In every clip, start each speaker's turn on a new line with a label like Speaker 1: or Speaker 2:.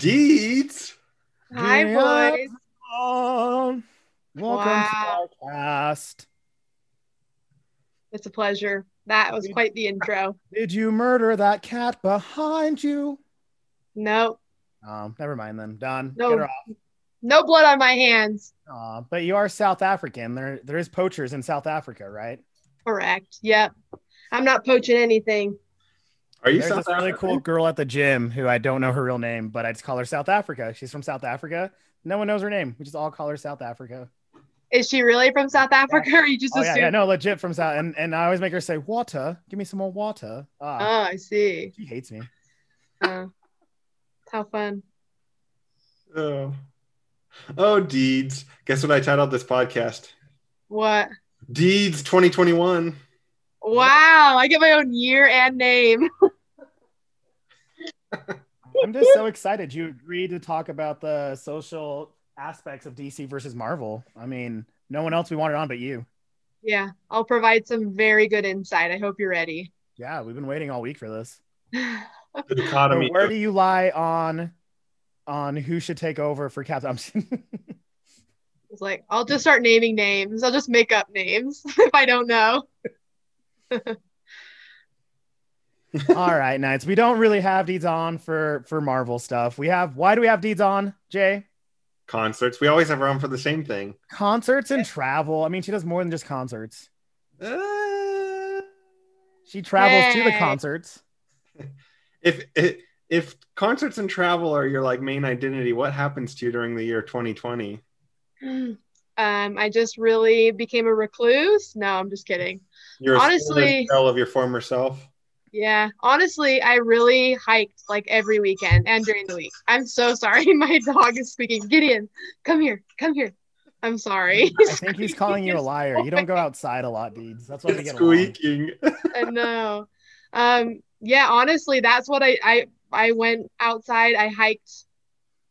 Speaker 1: Deeds.
Speaker 2: Hi,
Speaker 3: Yeah.
Speaker 2: boys.
Speaker 3: Um, welcome
Speaker 2: Wow.
Speaker 3: to our cast.
Speaker 2: It's a pleasure. That was quite the intro.
Speaker 3: Did you murder that cat behind you?
Speaker 2: No,
Speaker 3: Um, never mind then. Done.
Speaker 2: No.
Speaker 3: Get her off.
Speaker 2: no blood on my hands.
Speaker 3: Uh, but you are South African. There, there is poachers in South Africa, right?
Speaker 2: Correct. Yep. I'm not poaching anything.
Speaker 1: Are you
Speaker 3: There's
Speaker 1: South
Speaker 3: this really cool
Speaker 1: African?
Speaker 3: girl at the gym who I don't know her real name, but I just call her South Africa. She's from South Africa. No one knows her name. We just all call her South Africa.
Speaker 2: Is she really from South Africa? Or you just
Speaker 3: Oh yeah,
Speaker 2: assume?
Speaker 3: yeah, no, legit from South. And, and I always make her say water. Give me some more water. Ah,
Speaker 2: Oh, I see.
Speaker 3: she hates me.
Speaker 2: Uh, how fun.
Speaker 1: Oh. oh, Deeds. Guess what I titled this podcast?
Speaker 2: What?
Speaker 1: Deeds 2021.
Speaker 2: Wow. I get my own year and name.
Speaker 3: I'm just so excited you agreed to talk about the social aspects of DC versus Marvel. I mean, no one else we wanted on but you.
Speaker 2: Yeah. I'll provide some very good insight. I hope you're ready.
Speaker 3: Yeah, we've been waiting all week for this.
Speaker 1: The
Speaker 3: So
Speaker 1: dichotomy.
Speaker 3: where do you lie on on who should take over for Captain? I'm
Speaker 2: It's like, I'll just start naming names. I'll just make up names if I don't know.
Speaker 3: all right, Knights. We don't really have deeds on for for Marvel stuff. We have why do we have deeds on, Jay?
Speaker 1: Concerts. We always have around for the same thing.
Speaker 3: Concerts and travel. I mean, she does more than just concerts.
Speaker 1: Uh,
Speaker 3: She travels to the
Speaker 2: Hey.
Speaker 3: concerts.
Speaker 1: if, if if concerts and travel are your like main identity, what happens to you during the year 2020?
Speaker 2: Um, I just really became a recluse. No, I'm just kidding.
Speaker 1: You're
Speaker 2: Honestly-
Speaker 1: a shell of your former self.
Speaker 2: Yeah, honestly, I really hiked like every weekend and during the week. I'm so sorry. My dog is squeaking. Gideon, come here. Come here. I'm sorry.
Speaker 3: I think he's calling you a liar. You don't go outside a lot, deeds. That's why we
Speaker 1: It's
Speaker 3: get along.
Speaker 1: squeaking.
Speaker 2: I know. Um, yeah, honestly, that's what I I I went outside. I hiked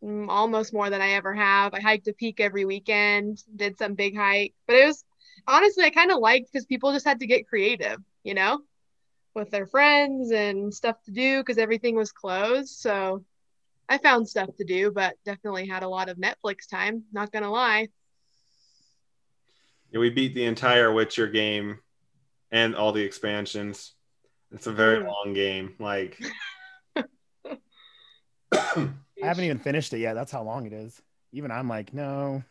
Speaker 2: mm, almost more than I ever have. I hiked a peak every weekend, did some big hike, but it was honestly I kind of liked because people just had to get creative, you know, with their friends and stuff to do because everything was closed. So I found stuff to do, but definitely had a lot of Netflix time. Not gonna lie.
Speaker 1: Yeah, we beat the entire Witcher game and all the expansions. It's a very
Speaker 2: Mm.
Speaker 1: long game. Like
Speaker 3: I haven't even finished it yet. That's how long it is. Even I'm like, no.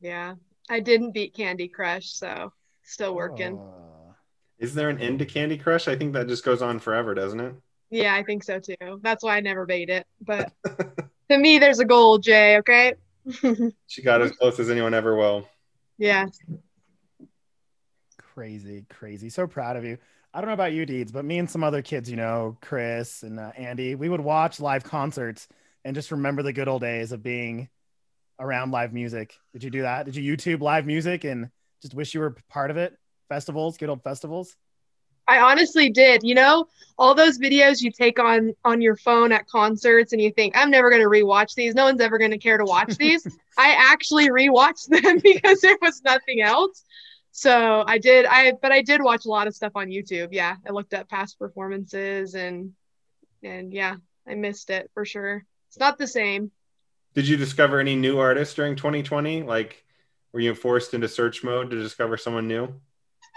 Speaker 2: Yeah, I didn't beat Candy Crush, so still working.
Speaker 3: Uh,
Speaker 1: Is there an end to Candy Crush? I think that just goes on forever, doesn't it?
Speaker 2: Yeah, I think so too. That's why I never made it. But to me, there's a goal, Jay. Okay.
Speaker 1: She got as close as anyone ever will.
Speaker 2: yeah.
Speaker 3: crazy, crazy. So proud of you. I don't know about you, Deeds, but me and some other kids, you know, Chris and uh, Andy, we would watch live concerts and just remember the good old days of being around live music. Did you do that? Did you YouTube live music and just wish you were part of it? Festivals, good old festivals.
Speaker 2: I honestly did. You know, all those videos you take on on your phone at concerts, and you think I'm never gonna rewatch these. No one's ever gonna care to watch these. I actually rewatched them because there was nothing else. So I did. I but I did watch a lot of stuff on YouTube. Yeah, I looked up past performances and and yeah, I missed it for sure. It's not the same.
Speaker 1: Did you discover any new artists during 2020? Like, were you forced into search mode to discover someone new?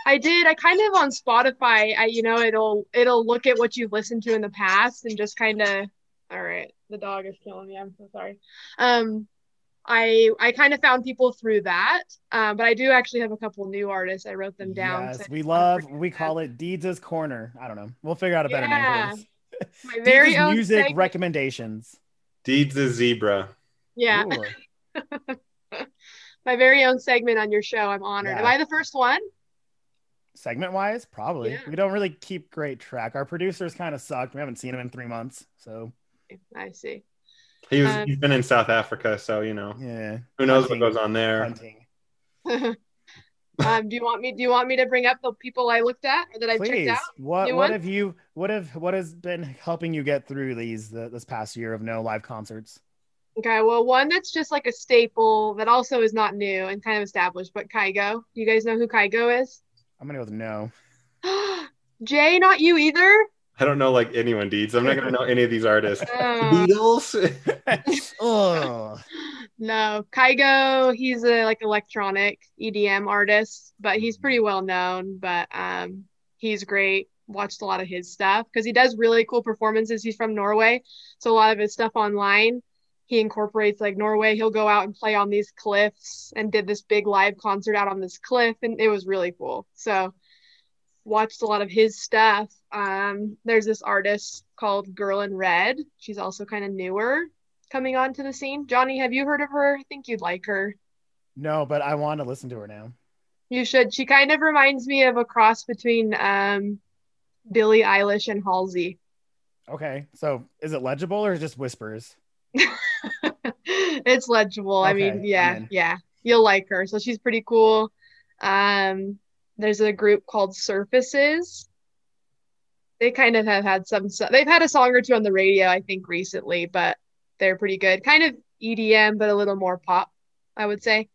Speaker 2: I did. I kind of on Spotify. I you know it'll it'll look at what you've listened to in the past and just kind of. All right, the dog is killing me. I'm so sorry. Um, I I kind of found people through that, um, but I do actually have a couple new artists. I wrote them down.
Speaker 3: Yes,
Speaker 2: so-
Speaker 3: we love. We call it Deeds' Corner. I don't know. We'll figure out a better
Speaker 2: Yeah.
Speaker 3: name.
Speaker 2: my
Speaker 3: For this.
Speaker 2: very
Speaker 3: Deeds'
Speaker 2: own
Speaker 3: music
Speaker 2: segment.
Speaker 3: recommendations.
Speaker 1: Deeds is zebra.
Speaker 2: yeah,
Speaker 3: Ooh.
Speaker 2: my very own segment on your show. I'm honored.
Speaker 3: Yeah.
Speaker 2: Am I the first one?
Speaker 3: segment wise probably
Speaker 2: Yeah.
Speaker 3: we don't really keep great track our producers kind of sucked we haven't seen him in three months so
Speaker 2: I see.
Speaker 1: He was,
Speaker 2: Um,
Speaker 1: he's been in South Africa, so you know
Speaker 3: yeah
Speaker 1: who knows
Speaker 3: hunting.
Speaker 1: what goes on there.
Speaker 3: hunting
Speaker 2: um, do you want me? Do you want me to bring up the people I looked at or that I checked
Speaker 3: please
Speaker 2: out?
Speaker 3: what
Speaker 2: New
Speaker 3: what
Speaker 2: one?
Speaker 3: have you what have what has been helping you get through these the, this past year of no live concerts
Speaker 2: Okay, well, one that's just like a staple that also is not new and kind of established, but Kygo. You guys know who Kygo is?
Speaker 3: i'm gonna go with no
Speaker 2: Jay, not you either?
Speaker 1: I don't know like anyone Deeds. I'm not gonna know any of these artists.
Speaker 2: Uh,
Speaker 1: Beatles.
Speaker 3: oh,
Speaker 2: no, Kygo. He's a like electronic EDM artist, but he's pretty well known. But um, he's great. Watched a lot of his stuff because he does really cool performances. He's from Norway, so a lot of his stuff online he incorporates like Norway. He'll go out and play on these cliffs and did this big live concert out on this cliff, and it was really cool. So watched a lot of his stuff. Um, there's this artist called Girl in Red. She's also kind of newer coming onto the scene. Johnny, have you heard of her? I think you'd like her.
Speaker 3: no, but I want to listen to her now.
Speaker 2: You should. She kind of reminds me of a cross between um, Billie Eilish and Halsey.
Speaker 3: Okay, so is it legible or just whispers?
Speaker 2: it's legible. I mean,
Speaker 3: Okay,
Speaker 2: yeah,
Speaker 3: I'm in.
Speaker 2: yeah. You'll like her. So she's pretty cool. Um, there's a group called Surfaces. They kind of have had some so- they've had a song or two on the radio, I think, recently, but they're pretty good. Kind of EDM, but a little more pop, I would say.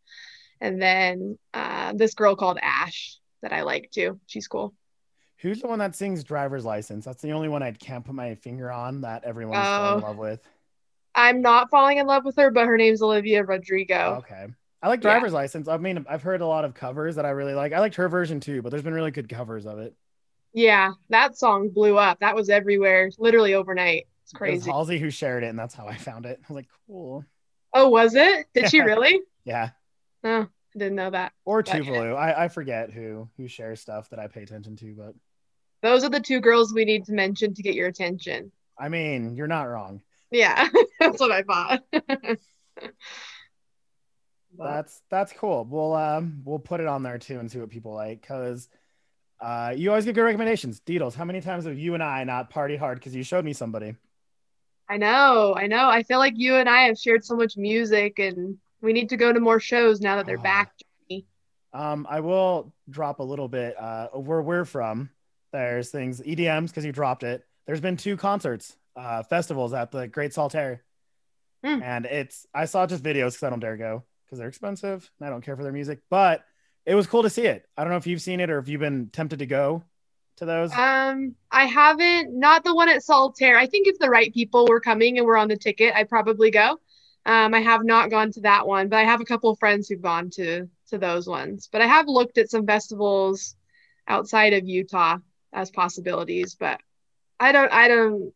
Speaker 2: And then uh, this girl called Ash that I like too. She's cool.
Speaker 3: Who's the one that sings "Driver's License"? That's the only one I can't put my finger on that everyone's so in
Speaker 2: Oh.
Speaker 3: love with.
Speaker 2: I'm not falling in love with her, but her name's Olivia Rodrigo.
Speaker 3: Okay. I like
Speaker 2: Oh. Yeah.
Speaker 3: driver's license. I mean, I've heard a lot of covers that I really like. I liked her version too, but there's been really good covers of it.
Speaker 2: Yeah, that song blew up. That was everywhere, literally overnight. It's
Speaker 3: It was
Speaker 2: crazy.
Speaker 3: Halsey who shared it, and that's how I found it. I was like, cool.
Speaker 2: Oh, was it? Did she
Speaker 3: Yeah.
Speaker 2: really?
Speaker 3: Yeah.
Speaker 2: Oh, I didn't know that.
Speaker 3: Or
Speaker 2: But-
Speaker 3: Tuvalu. I, I forget who who shares stuff that I pay attention to, but
Speaker 2: Those are the two girls we need to mention to get your attention.
Speaker 3: I mean, you're not wrong.
Speaker 2: Yeah, that's what I thought. But-
Speaker 3: That's that's cool. We'll um we'll put it on there too and see what people like because uh you always give good recommendations. Deedles, how many times have you and I not party hard because you showed me somebody?
Speaker 2: I know, I know. I feel like you and I have shared so much music, and we need to go to more shows now that they're
Speaker 3: Ah.
Speaker 2: back.
Speaker 3: Um, I will drop a little bit uh, of where we're from. There's things E EDMs because you dropped it. There's been two concerts, uh, festivals at the Great Saltaire,
Speaker 2: Hmm.
Speaker 3: and it's I saw just videos because I don't dare go because they're expensive and I don't care for their music. But it was cool to see it. I don't know if you've seen it or if you've been tempted to go to those.
Speaker 2: Um, I haven't, not the one at Solitaire. I think if the right people were coming and were on the ticket, I'd probably go. Um, I have not gone to that one, but I have a couple of friends who've gone to to those ones. But I have looked at some festivals outside of Utah as possibilities, but I don't, I don't,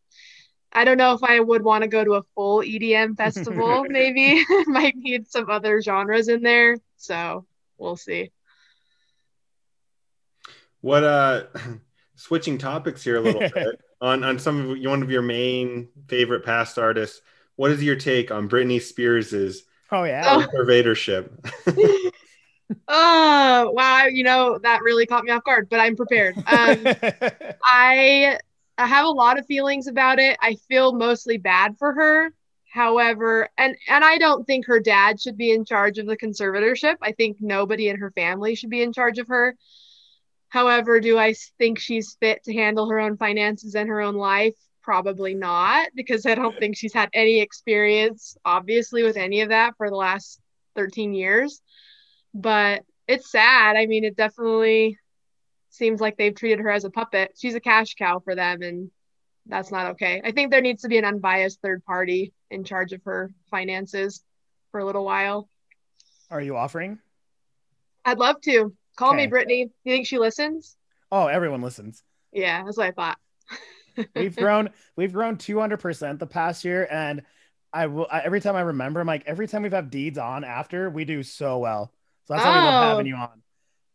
Speaker 2: I don't know if I would want to go to a full EDM festival. Maybe might need some other genres in there, so we'll see.
Speaker 1: What uh switching topics here a little bit on on some of one of your main favorite past artists. What is your take on Britney Spears's
Speaker 3: oh yeah,
Speaker 2: Oh.
Speaker 1: conservatorship?
Speaker 2: Oh, wow. You know, that really caught me off guard, but I'm prepared. Um, I I have a lot of feelings about it. I feel mostly bad for her. However, and and I don't think her dad should be in charge of the conservatorship. I think nobody in her family should be in charge of her. However, do I s- think she's fit to handle her own finances and her own life? Probably not, because I don't think she's had any experience, obviously, with any of that for the last 13 years. But it's sad. I mean, it definitely seems like they've treated her as a puppet. She's a cash cow for them, and that's not okay. I think there needs to be an unbiased third party in charge of her finances for a little while.
Speaker 3: are you offering?
Speaker 2: I'd love to. Call me
Speaker 3: Okay.
Speaker 2: Brittany. You think she listens?
Speaker 3: Oh, everyone listens.
Speaker 2: Yeah, that's what I thought.
Speaker 3: we've grown we've grown 200% the past year and i will I, every time i remember i'm like every time we've had deeds on after we do so well so that's how we love
Speaker 2: Oh.
Speaker 3: having you on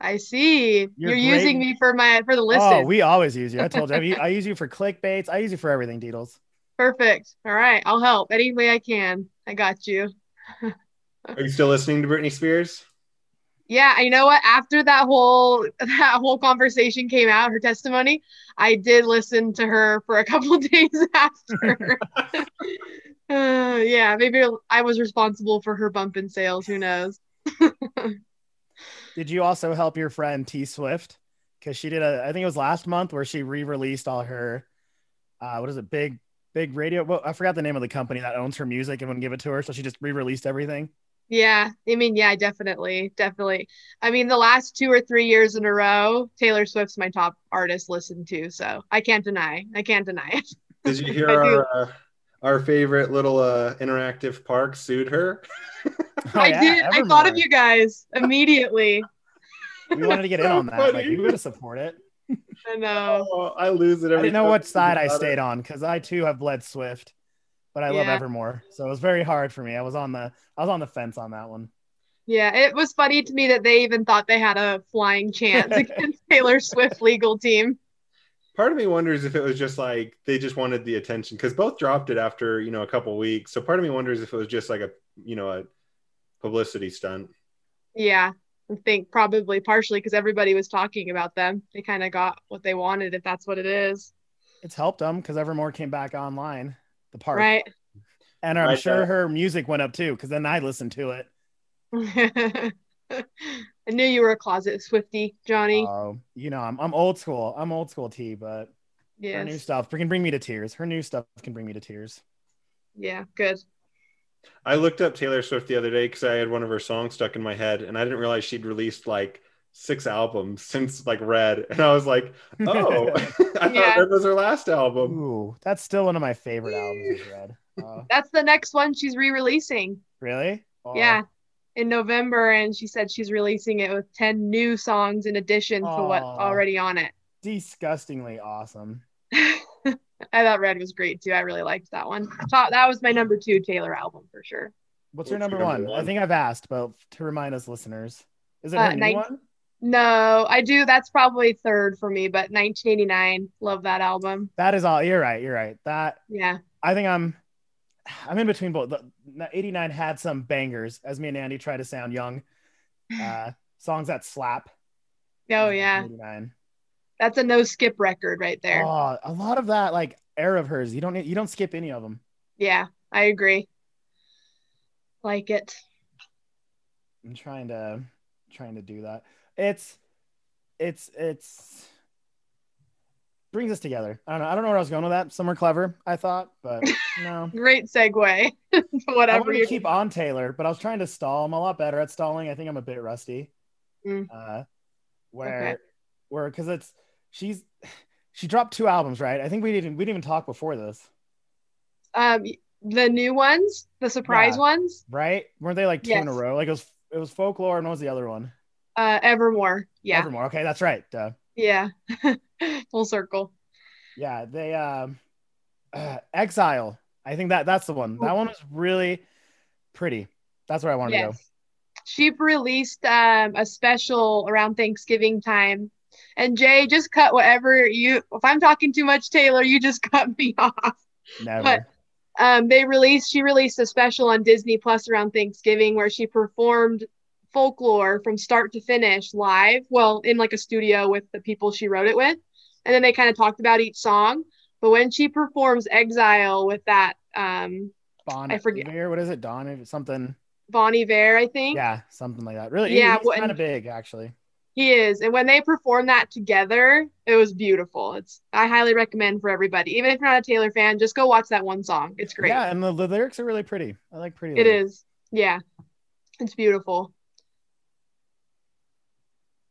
Speaker 2: I see.
Speaker 3: You're
Speaker 2: You're, using
Speaker 3: great.
Speaker 2: me for my for the
Speaker 3: oh
Speaker 2: listen.
Speaker 3: we always use you i told you I, u- I use you for clickbaits i use you for everything deedles
Speaker 2: Perfect. All right, I'll help any way I can. I got you.
Speaker 1: Are you still listening to Britney Spears?
Speaker 2: Yeah, I- you know what? After that whole that whole conversation came out, her testimony, I did listen to her for a couple of days after. Uh, yeah, maybe I was responsible for her bump in sales. Who knows?
Speaker 3: did you also help your friend t swift because she did a i think it was last month where she re-released all her uh what is it big big radio well i forgot the name of the company that owns her music and wouldn't give it to her so she just re-released everything
Speaker 2: Yeah, I mean, yeah, definitely, definitely. I mean, the last two or three years in a row, Taylor Swift's my top artist listened to, so I can't deny. I can't deny it.
Speaker 1: Did you hear our uh, our favorite little uh, interactive park sued her?
Speaker 3: Oh,
Speaker 2: I
Speaker 3: yeah,
Speaker 2: did. I thought of
Speaker 3: Evermore.
Speaker 2: you guys immediately.
Speaker 3: We wanted to get in on that. Like,
Speaker 1: Funny.
Speaker 3: we would have supported it.
Speaker 2: I know.
Speaker 1: Oh, I lose it
Speaker 3: I
Speaker 1: every.
Speaker 3: didn't know
Speaker 1: time
Speaker 3: what side I
Speaker 1: about it.
Speaker 3: stayed on because I too have bled Swift, but I love
Speaker 2: Yeah.
Speaker 3: Evermore, so it was very hard for me. I was on the I was on the fence on that one.
Speaker 2: Yeah, it was funny to me that they even thought they had a flying chance against Taylor Swift legal team.
Speaker 1: Part of me wonders if it was just like they just wanted the attention because both dropped it after you know a couple weeks. So part of me wonders if it was just like a you know a publicity stunt.
Speaker 2: Yeah, I think probably partially because everybody was talking about them. They kind of got what they wanted, if that's what it is.
Speaker 3: It's helped them because Evermore came back online, the park,
Speaker 2: Right.
Speaker 3: and I'm
Speaker 1: Right,
Speaker 3: sure
Speaker 1: uh,
Speaker 3: her music went up too because then I listened to it.
Speaker 2: I knew you were a closet Swifty, Johnny.
Speaker 3: Oh, you know, I'm I'm old school. I'm old school T, but her new
Speaker 2: yes.
Speaker 3: stuff can bring me to tears. Her new stuff can bring me to tears.
Speaker 2: Yeah, good.
Speaker 1: I looked up Taylor Swift the other day because I had one of her songs stuck in my head, and I didn't realize she'd released like six albums since like Red, and I was like, oh, I thought
Speaker 2: Yeah.
Speaker 1: Red was her last album.
Speaker 3: Ooh, that's still one of my favorite albums. I've read. Oh,
Speaker 2: That's the next one she's re releasing.
Speaker 3: really? Oh.
Speaker 2: Yeah. In November, and she said she's releasing it with 10 new songs in addition to what's
Speaker 3: Aw.
Speaker 2: already on it.
Speaker 3: disgustingly awesome.
Speaker 2: I thought Red was great too. I really liked that one. Top, that was my number two Taylor album for sure.
Speaker 3: What's your
Speaker 1: What's
Speaker 3: number,
Speaker 1: your
Speaker 3: one?
Speaker 1: number
Speaker 3: I
Speaker 1: one?
Speaker 3: think I've asked, but to remind us listeners, is it
Speaker 2: Uh,
Speaker 3: her new
Speaker 2: nine-
Speaker 3: one?
Speaker 2: No, I do. That's probably third for me, but 1989, love that album.
Speaker 3: That is all. You're right. You're right. That
Speaker 2: Yeah,
Speaker 3: I think I'm. I'm in between both. The- the '89 had some bangers, as me and Andy try to sound young. Uh, songs that slap.
Speaker 2: oh yeah,
Speaker 3: '89.
Speaker 2: that's a no skip record right there.
Speaker 3: Oh, a lot of that like era of hers. You don't need, you don't skip any of them.
Speaker 2: Yeah, I agree. Like it.
Speaker 3: I'm trying to trying to do that. It's it's it's brings us together. I don't know. I don't know where I was going with that. Somewhere clever, I thought, but no.
Speaker 2: Great segue.
Speaker 3: I
Speaker 2: Whatever
Speaker 3: wanted to
Speaker 2: you
Speaker 3: keep on Taylor, but I was trying to stall. I'm a lot better at stalling. I think I'm a bit rusty.
Speaker 2: Mm.
Speaker 3: Uh, where
Speaker 2: Okay.
Speaker 3: where because it's she's she dropped two albums, right? I think we didn't we didn't even talk before this,
Speaker 2: um the new ones, the surprise
Speaker 3: Yeah.
Speaker 2: ones,
Speaker 3: right? Weren't they like two in a
Speaker 2: Yes.
Speaker 3: row? Like it was it was folklore and what was the other one?
Speaker 2: uh Evermore. Yeah.
Speaker 3: Evermore. Okay, that's right. Duh.
Speaker 2: Yeah. Full circle.
Speaker 3: Yeah, they um uh, Exile. I think that that's the one. That one was really pretty. That's where I wanted to go.
Speaker 2: She released um, a special around Thanksgiving time. And Jay, just cut whatever you, if I'm talking too much, Taylor, you just cut me off.
Speaker 3: Never.
Speaker 2: But- Um, they released, she released a special on Disney Plus around Thanksgiving where she performed folklore from start to finish live, well, in like a studio with the people she wrote it with. And then they kind of talked about each song. But when she performs Exile with that um,
Speaker 3: Bon
Speaker 2: I forget.
Speaker 3: Iver, what is it? Don Iver- something.
Speaker 2: Bon Iver, I think.
Speaker 3: Yeah, something like that. Really?
Speaker 2: Yeah,
Speaker 3: Yeah,
Speaker 2: well,
Speaker 3: kind of
Speaker 2: and-
Speaker 3: big actually.
Speaker 2: He is. And when they perform that together, it was beautiful. It's I highly recommend for everybody. Even if you're not a Taylor fan, just go watch that one song. It's great.
Speaker 3: Yeah, and the, the lyrics are really pretty. I like pretty.
Speaker 2: It
Speaker 3: lyrics.
Speaker 2: is. Yeah. It's beautiful.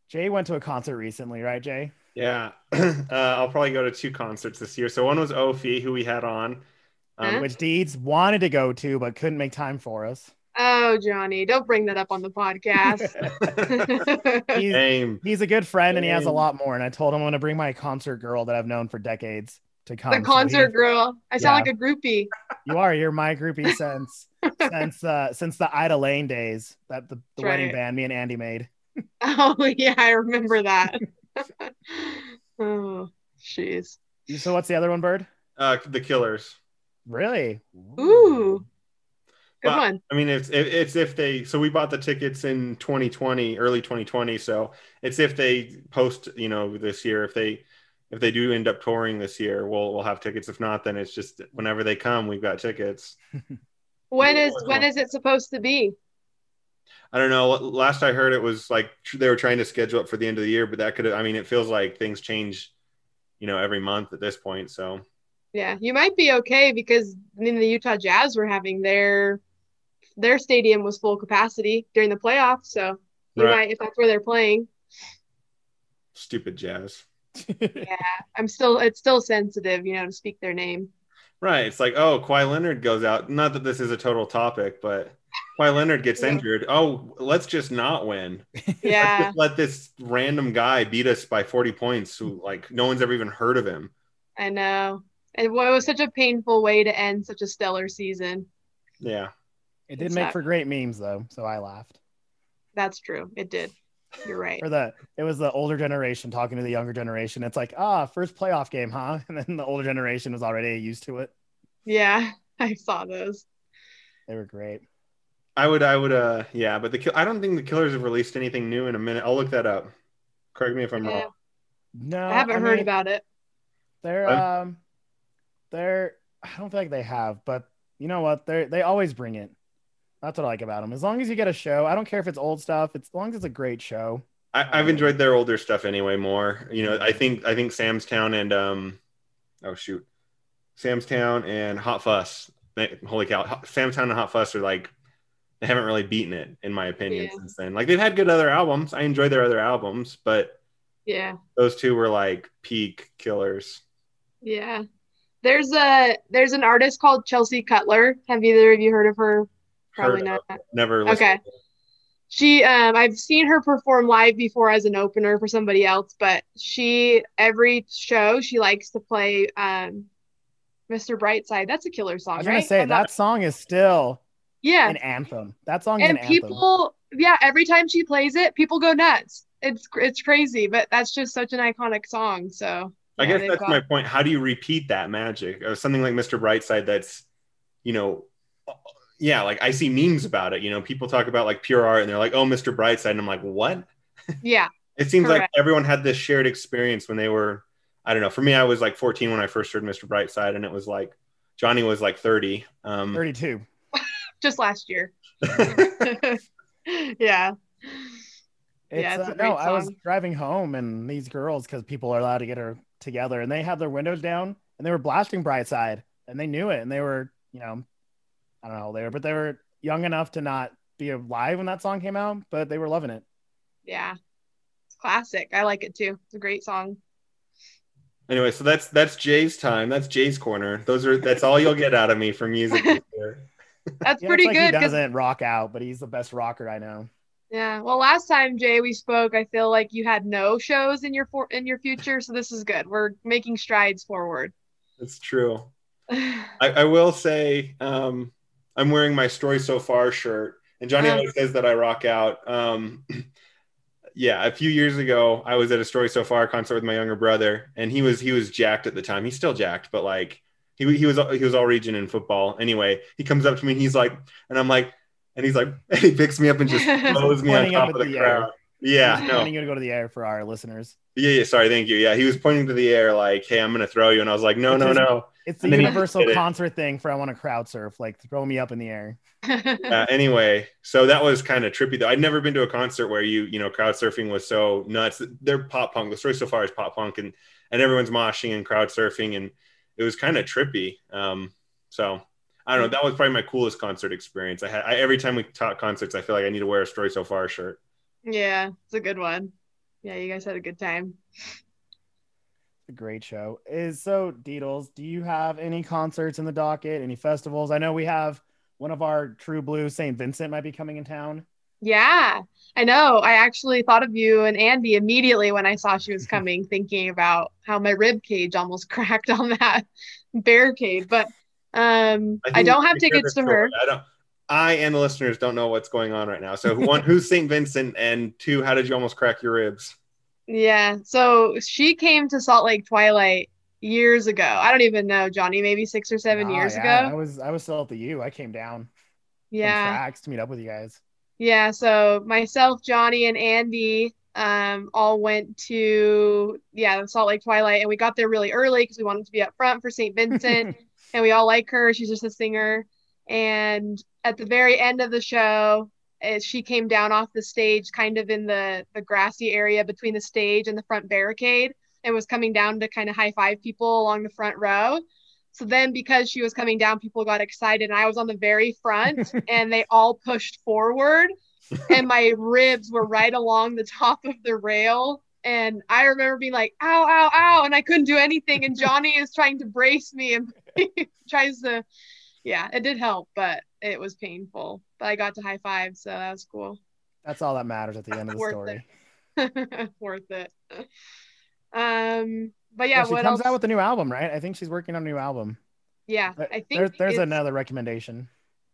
Speaker 3: Jay went to a concert recently, right, Jay?
Speaker 1: Yeah, uh, I'll probably go to two concerts this year. So one was Ophi, who we had on.
Speaker 2: Huh?
Speaker 1: Um,
Speaker 3: Which Deeds wanted to go to but couldn't make time for us.
Speaker 2: Oh, Johnny, don't bring that up on the podcast.
Speaker 3: He's,
Speaker 1: Aim.
Speaker 3: he's a good friend and he has a
Speaker 1: Dang.
Speaker 3: lot more. And I told him I'm gonna bring my concert girl that I've known for decades to come.
Speaker 2: the
Speaker 3: So
Speaker 2: concert
Speaker 3: he-
Speaker 2: girl. I sound
Speaker 3: Yeah.
Speaker 2: like a groupie.
Speaker 3: You are. You're my groupie since since uh since the Ida Lane days that the, the
Speaker 2: That's right.
Speaker 3: wedding band me and Andy made.
Speaker 2: Oh, yeah, I remember that. oh, jeez.
Speaker 3: So what's the other one, Bird?
Speaker 1: Uh, the Killers.
Speaker 3: Really?
Speaker 2: Ooh. Good
Speaker 1: Wow.
Speaker 2: one.
Speaker 1: I mean, it's it- it's if they so we bought the tickets in 2020, early 2020. So it's if they post, you know, this year. If they if they do end up touring this year, we'll we'll have tickets. If not, then it's just whenever they come, we've got tickets.
Speaker 2: When is
Speaker 1: Wow.
Speaker 2: when is it supposed to be?
Speaker 1: I don't know. Last I heard, it was like tr- they were trying to schedule it for the end of the year, but that could. I mean, it feels like things change, you know, every month at this point. So
Speaker 2: Yeah, you might be okay because I mean the Utah Jazz were having their their stadium was full capacity during the playoffs. So you
Speaker 1: Right.
Speaker 2: might, if that's where they're playing.
Speaker 1: Stupid jazz.
Speaker 2: Yeah, I'm still, it's still sensitive, you know, to speak their name.
Speaker 1: Right. It's like, oh, Kawhi Leonard goes out. Not that this is a total topic, but Kawhi Leonard gets
Speaker 2: Yeah.
Speaker 1: injured. Oh, let's just not win. Let's
Speaker 2: Yeah,
Speaker 1: just let this random guy beat us by 40 points who, like, no one's ever even heard of him.
Speaker 2: I know. And well, it was such a painful way to end such a stellar season.
Speaker 1: Yeah.
Speaker 3: It did
Speaker 2: It's
Speaker 3: make
Speaker 2: not-
Speaker 3: for great memes though, so I laughed.
Speaker 2: That's true. It did. You're right.
Speaker 3: Or the it was the older generation talking to the younger generation. It's like, ah, first playoff game, huh? And then the older generation was already used to it.
Speaker 2: Yeah, I saw those.
Speaker 3: They were great.
Speaker 1: I would, I would, uh, yeah, but the, Kill- I don't think the Killers have released anything new in a minute. I'll look that up. Correct me if I'm
Speaker 2: Yeah.
Speaker 1: wrong.
Speaker 3: No,
Speaker 2: I haven't heard
Speaker 3: mean,
Speaker 2: about it.
Speaker 3: They're um, they're I don't feel like they have, but you know what? They they always bring it. That's what I like about them. As long as you get a show, I don't care if it's old stuff. It's as long as it's a great show.
Speaker 1: I, I've enjoyed their older stuff anyway more. You know, I think, I think Sam's Town and, um, oh, shoot. Sam's Town and Hot Fuss. They- Holy cow. Hot- Sam's Town and Hot Fuss are like, they haven't really beaten it, in my opinion,
Speaker 2: Yeah.
Speaker 1: since then. Like, they've had good other albums. I enjoy their other albums, but
Speaker 2: Yeah,
Speaker 1: those two were like peak killers.
Speaker 2: yeah. There's a there's an artist called Chelsea Cutler. Have either of you heard of her? Probably
Speaker 1: Heard
Speaker 2: not.
Speaker 1: Never listened.
Speaker 2: Okay. She um I've seen her perform live before as an opener for somebody else, but she every show she likes to play um Mr. Brightside. That's a killer song,
Speaker 3: I was
Speaker 2: right?
Speaker 3: gonna say
Speaker 2: I'm not-
Speaker 3: that song is still
Speaker 2: yeah.
Speaker 3: an anthem. That song is
Speaker 2: and
Speaker 3: an anthem.
Speaker 2: people yeah every time she plays it people go nuts it's it's crazy but that's just such an iconic song so
Speaker 1: I
Speaker 2: yeah,
Speaker 1: guess
Speaker 2: they've
Speaker 1: that's
Speaker 2: got-
Speaker 1: my point. How do you repeat that magic or something like Mr. Brightside? That's, you know, yeah, like I see memes about it. You know, people talk about like pure art and they're like, oh, Mr. Brightside. And I'm like, what?
Speaker 2: yeah
Speaker 1: It seems like
Speaker 2: Correct.
Speaker 1: everyone had this shared experience when they were, I don't know. For me, I was like 14 when I first heard Mr. Brightside, and it was like Johnny was like 30. Um,
Speaker 3: Thirty-two.
Speaker 2: just last year yeah
Speaker 3: It's,
Speaker 2: Yeah, it's
Speaker 3: uh,
Speaker 2: a
Speaker 3: no,
Speaker 2: great
Speaker 3: I was
Speaker 2: song.
Speaker 3: driving home and these girls, because people are allowed to get her together, and they had their windows down and they were blasting Brightside, and they knew it, and they were, you know, I don't know how old they were, but they were young enough to not be alive when that song came out, but they were loving it.
Speaker 2: yeah it's classic i like it too it's a great song
Speaker 1: anyway, so that's that's Jay's time. That's Jay's corner. Those are that's all you'll get out of me for music. this year.
Speaker 2: that's
Speaker 3: Yeah,
Speaker 2: pretty
Speaker 3: it's like
Speaker 2: good
Speaker 3: He
Speaker 2: 'cause-
Speaker 3: doesn't rock out, but he's the best rocker I know.
Speaker 2: yeah well last time jay we spoke i feel like you had no shows in your for in your future so this is good we're making strides forward
Speaker 1: That's true. I, I will say um, I'm wearing my story so far shirt, and Johnny
Speaker 2: Um.
Speaker 3: Ah.
Speaker 1: always says that I rock out. Um, yeah, a few years ago, I was at a story so far concert with my younger brother, and he was he was jacked at the time. He's still jacked, but like he he was he was all region in football. Anyway, he comes up to me and he's like, and I'm like, and he's like, and he picks me up and just throws me on
Speaker 3: Pointing up
Speaker 1: top of
Speaker 3: at
Speaker 1: the
Speaker 3: the air.
Speaker 1: crowd. Yeah,
Speaker 3: He's
Speaker 1: no,
Speaker 3: wanting you to go to the air for our listeners.
Speaker 1: yeah, yeah. Sorry, thank you. Yeah, he was pointing to the air like, "Hey, I'm gonna throw you," and I was like, "No, no, no."
Speaker 3: It's
Speaker 1: And
Speaker 3: the
Speaker 1: then he did
Speaker 3: universal
Speaker 1: it.
Speaker 3: concert thing for I want to crowd surf, like throw me up in the air.
Speaker 1: uh, anyway, so that was kind of trippy though. I'd never been to a concert where you, you know, crowd surfing was so nuts. They're pop punk. The story so far is pop punk and and everyone's moshing and crowd surfing and it was kind of trippy. Um, so I don't know. That was probably my coolest concert experience. I had I, every time we talk concerts, I feel like I need to wear a story so far shirt.
Speaker 2: yeah it's a good one yeah you guys had a good time
Speaker 3: a great show is so deedles do you have any concerts in the docket any festivals i know we have one of our true blue st vincent might be coming in town
Speaker 2: Yeah, I know. I actually thought of you and Andy immediately when I saw she was coming, thinking about how my rib cage almost cracked on that barricade. But um, I
Speaker 1: think
Speaker 2: don't have
Speaker 1: we shared this
Speaker 2: tickets to
Speaker 1: story.
Speaker 2: her.
Speaker 1: I don't. I and the listeners don't know what's going on right now. So one, who's St. Vincent, and two, how did you almost crack your ribs?
Speaker 2: Yeah, so she came to Salt Lake Twilight years ago. I don't even know, Johnny, maybe six or seven
Speaker 3: Nah,
Speaker 2: years
Speaker 3: Ah, yeah, i
Speaker 2: ago.
Speaker 3: was i was still at the u i came down from
Speaker 2: Yeah.
Speaker 3: Trax to meet up with you guys
Speaker 2: Yeah, so myself, Johnny, and Andy um all went to yeah, the Salt Lake Twilight and we got there really early because we wanted to be up front for St. Vincent and we all like her. She's just a singer. And at the very end of the show, eh, she came down off the stage kind of in the the grassy area between the stage and the front barricade and was coming down to kind of high five people along the front row. So then, because she was coming down, people got excited, and I was on the very front, and they all pushed forward, and my ribs were right along the top of the rail. And I remember being like, ow, ow, ow, and I couldn't do anything. And Johnny is trying to brace me and tries to, yeah, it did help, but it was painful. But I got to high five, so that was cool.
Speaker 3: That's all that matters at the end of the
Speaker 2: Worth
Speaker 3: story.
Speaker 2: it. Worth it. Um, but yeah,
Speaker 3: Well, she
Speaker 2: what
Speaker 3: comes
Speaker 2: else?
Speaker 3: out with a new album, right? I think she's working on a new album.
Speaker 2: yeah,
Speaker 3: There-
Speaker 2: I think
Speaker 3: There's there's
Speaker 2: it's-
Speaker 3: another recommendation.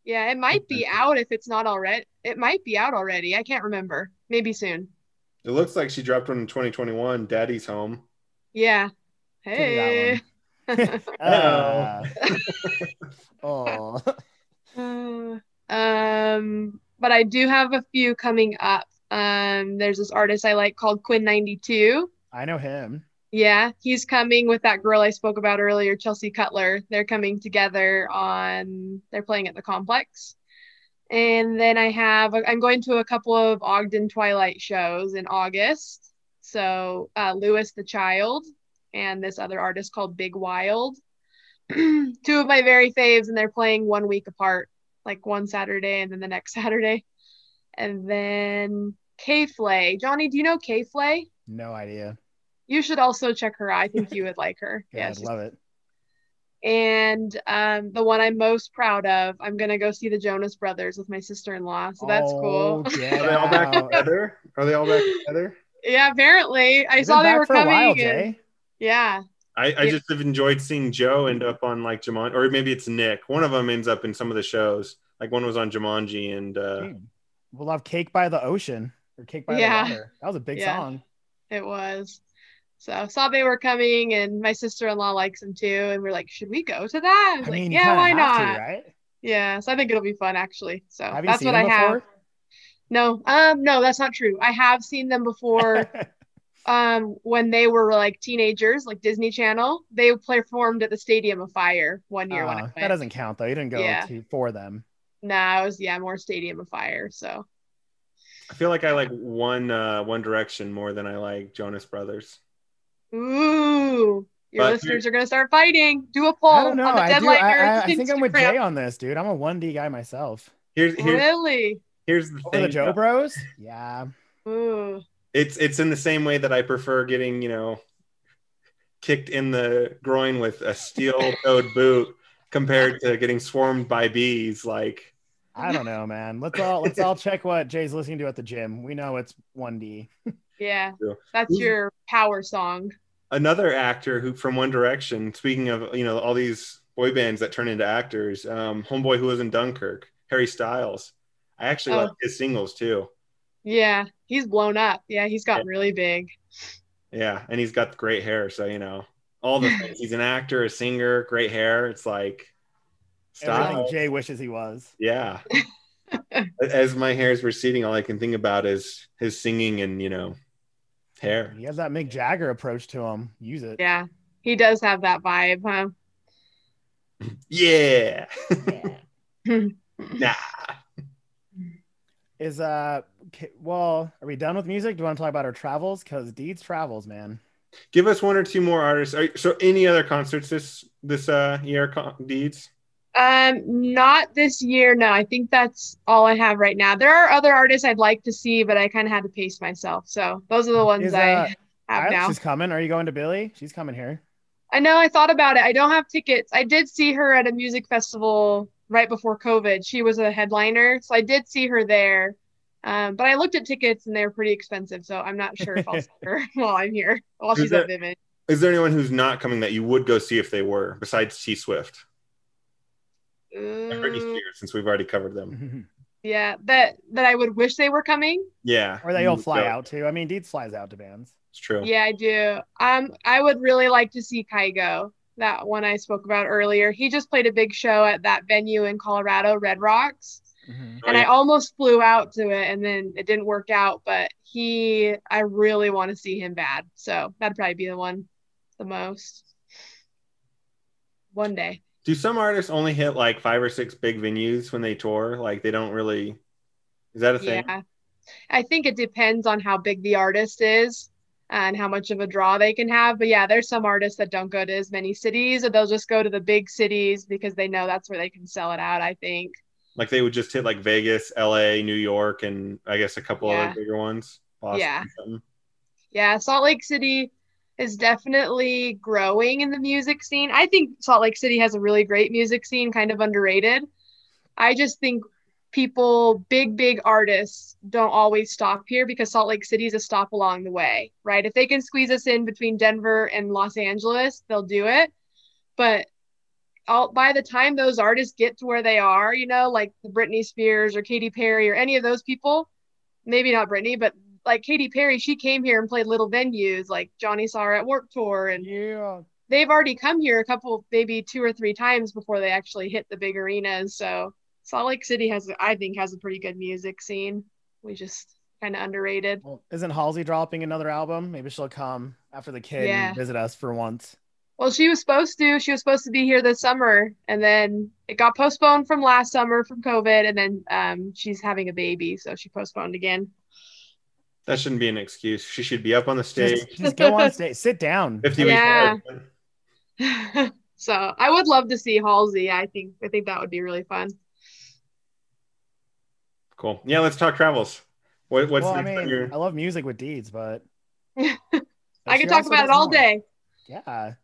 Speaker 2: Yeah, it might be out if it's not already. It might be out already. I can't remember. Maybe soon.
Speaker 1: It looks like she dropped one in 2021. Daddy's home.
Speaker 2: Yeah.
Speaker 3: Give me
Speaker 2: Hey.
Speaker 3: that Uh, oh,
Speaker 2: Uh, um, but I do have a few coming up. Um, there's this artist I like called Quinn 92.
Speaker 3: I know him.
Speaker 2: Yeah, he's coming with that girl I spoke about earlier, Chelsea Cutler. They're coming together on, they're playing at the complex. And then I have, I'm going to a couple of Ogden Twilight shows in August. So uh, Lewis the Child and this other artist called Big Wild. Two of my very faves, and they're playing one week apart, like one Saturday and then the next Saturday. And then K Flay. Johnny, do you know K Flay?
Speaker 3: No idea.
Speaker 2: You should also check her out. I think you would like her.
Speaker 3: God,
Speaker 2: Yeah, she's-
Speaker 3: love it.
Speaker 2: And um, the one I'm most proud of, I'm gonna go see the Jonas Brothers with my sister-in-law. So that's
Speaker 3: Oh,
Speaker 2: cool.
Speaker 3: get
Speaker 1: Are they all back
Speaker 3: out.
Speaker 1: together? Are they all back together?
Speaker 2: Yeah, apparently I
Speaker 3: They've
Speaker 2: saw
Speaker 3: been
Speaker 2: they
Speaker 3: back
Speaker 2: were
Speaker 3: for a
Speaker 2: coming.
Speaker 3: while,
Speaker 2: and-
Speaker 3: Jay.
Speaker 2: yeah,
Speaker 1: I, I
Speaker 2: Yeah.
Speaker 1: just have enjoyed seeing Joe end up on like Jumanji, or maybe it's Nick. One of them ends up in some of the shows. Like one was on Jumanji, and uh,
Speaker 3: Dude, We'll have Cake by the Ocean or Cake by
Speaker 2: Yeah.
Speaker 3: the Water. That was a big
Speaker 2: Yeah.
Speaker 3: song.
Speaker 2: it was. So I saw they were coming, and my sister-in-law likes them too. And we're like, should we go to that? I was
Speaker 3: I
Speaker 2: like,
Speaker 3: mean, you
Speaker 2: yeah,
Speaker 3: kinda
Speaker 2: why
Speaker 3: have to,
Speaker 2: not?
Speaker 3: right?
Speaker 2: Yeah, so I think it'll be fun actually. So
Speaker 3: Have you
Speaker 2: that's
Speaker 3: seen
Speaker 2: what I
Speaker 3: them
Speaker 2: have. No, um, no, that's not true. I have seen them before.
Speaker 3: before?
Speaker 2: um when they were like teenagers like disney channel they performed at the stadium of fire one year when i
Speaker 3: Uh,
Speaker 2: went
Speaker 3: that doesn't count though. You didn't go
Speaker 2: Yeah.
Speaker 3: to, for them.
Speaker 2: nah it was yeah more stadium of fire so
Speaker 1: I feel like I like one uh, One Direction more than I like Jonas Brothers.
Speaker 2: ooh your
Speaker 1: But-
Speaker 2: listeners are gonna start fighting do a poll
Speaker 3: I don't know.
Speaker 2: on the
Speaker 3: I, do,
Speaker 2: deadline
Speaker 3: I, I, I
Speaker 2: Nerds
Speaker 3: think I'm with
Speaker 2: Instagram.
Speaker 3: Jay on this, dude. I'm a 1D guy myself.
Speaker 1: Here's here's
Speaker 2: really
Speaker 1: here's the
Speaker 3: Over
Speaker 1: thing.
Speaker 3: the Joe Bros? Yeah.
Speaker 2: ooh
Speaker 1: It's it's in the same way that I prefer getting you know kicked in the groin with a steel-toed boot compared to getting swarmed by bees. Like
Speaker 3: I don't know, man. Let's all let's all check what Jay's listening to at the gym. We know it's 1D.
Speaker 2: yeah
Speaker 1: True.
Speaker 2: that's
Speaker 1: Who's-
Speaker 2: your power song
Speaker 1: another actor who from One Direction. Speaking of you know all these boy bands that turn into actors, um, homeboy who was in Dunkirk, Harry Styles. I actually
Speaker 2: Oh.
Speaker 1: like his singles too.
Speaker 2: yeah he's blown up yeah he's gotten really big
Speaker 1: Yeah, and he's got great hair, so you know all the things. He's an actor, a singer, great hair. It's like
Speaker 3: Everything
Speaker 1: style.
Speaker 3: Jay wishes he was.
Speaker 1: Yeah. As my hair is receding, all I can think about is his singing and you know hair.
Speaker 3: He has that Mick Jagger approach to him. Use it.
Speaker 2: yeah he does have that vibe huh
Speaker 1: Yeah. nah.
Speaker 3: Is uh ca- well, are we done with music? Do you want to talk about our travels? Because Deeds travels, man.
Speaker 1: Give us one or two more artists. Are, so any other concerts this this uh year? Con- deeds.
Speaker 2: Um, not this year. No, I think that's all I have right now. There are other artists I'd like to see, but I kind of had to pace myself. So those are the ones
Speaker 3: Is, uh,
Speaker 2: I have
Speaker 3: Iris
Speaker 2: now.
Speaker 3: is coming. Are you going to Billy? She's coming here.
Speaker 2: I know I thought about it. I don't have tickets. I did see her at a music festival right before COVID. She was a headliner, so I did see her there. Um, but I looked at tickets and they were pretty expensive, so I'm not sure if I'll see her while I'm here, while
Speaker 1: Is
Speaker 2: she's at
Speaker 1: it-
Speaker 2: Vivint.
Speaker 1: Is there anyone who's not coming that you would go see if they were besides T Swift? And Britney
Speaker 2: Ooh,
Speaker 1: Spears, since we've already covered them.
Speaker 2: yeah, that that I would wish they were coming.
Speaker 1: Yeah.
Speaker 3: or they
Speaker 1: you
Speaker 3: all
Speaker 1: would
Speaker 3: fly
Speaker 1: go.
Speaker 3: out too. I mean, Deeds flies out to bands.
Speaker 1: It's true.
Speaker 2: Yeah, I do. Um, I would really like to see Kygo, that one I spoke about earlier. He just played a big show at that venue in Colorado, Red Rocks,
Speaker 1: Oh,
Speaker 2: and I
Speaker 1: yeah.
Speaker 2: almost flew out to it, and then it didn't work out. But he, I really want to see him bad, so that'd probably be the one, the most. One day.
Speaker 1: Do some artists only hit like five or six big venues when they tour? Like they don't really. Is that a thing?
Speaker 2: Yeah. I think it depends on how big the artist is. and how much of a draw they can have. But yeah, there's some artists that don't go to as many cities, or they'll just go to the big cities because they know that's where they can sell it out. I think.
Speaker 1: Like they would just hit like Vegas, LA, New York, and I guess a couple
Speaker 2: Yeah.
Speaker 1: other bigger ones. Boston,
Speaker 2: Yeah.
Speaker 1: something.
Speaker 2: Yeah, Salt Lake City is definitely growing in the music scene. I think Salt Lake City has a really great music scene, kind of underrated. I just think people, big, big artists, don't always stop here because Salt Lake City is a stop along the way, right? If they can squeeze us in between Denver and Los Angeles, they'll do it. But all, by the time those artists get to where they are, you know, like the Britney Spears or Katy Perry or any of those people, maybe not Britney, but like Katy Perry, she came here and played little venues like Johnny saw her at Warped Tour, and
Speaker 3: Yeah.
Speaker 2: they've already come here a couple, maybe two or three times before they actually hit the big arenas. So Salt Lake City has, I think, has a pretty good music scene. We just kind of underrated.
Speaker 3: Well, isn't Halsey dropping another album? Maybe she'll come after the kid
Speaker 2: Yeah.
Speaker 3: and visit us for once.
Speaker 2: Well, she was supposed to. She was supposed to be here this summer, and then it got postponed from last summer from COVID, and then um, she's having a baby, so she postponed again.
Speaker 1: That shouldn't be an excuse. She should be up on the stage.
Speaker 3: Just, just go on stage. Sit down.
Speaker 1: 50
Speaker 2: Yeah.
Speaker 1: weeks later.
Speaker 2: so I would love to see Halsey. I think I think that would be really fun.
Speaker 1: Cool. Yeah, let's talk travels. What, what's
Speaker 3: well, I
Speaker 1: next on your
Speaker 3: mean, I love music with deeds, but
Speaker 2: I
Speaker 3: She
Speaker 2: could talk
Speaker 3: also
Speaker 2: about it
Speaker 3: does
Speaker 2: all
Speaker 3: more.
Speaker 2: day.
Speaker 3: Yeah.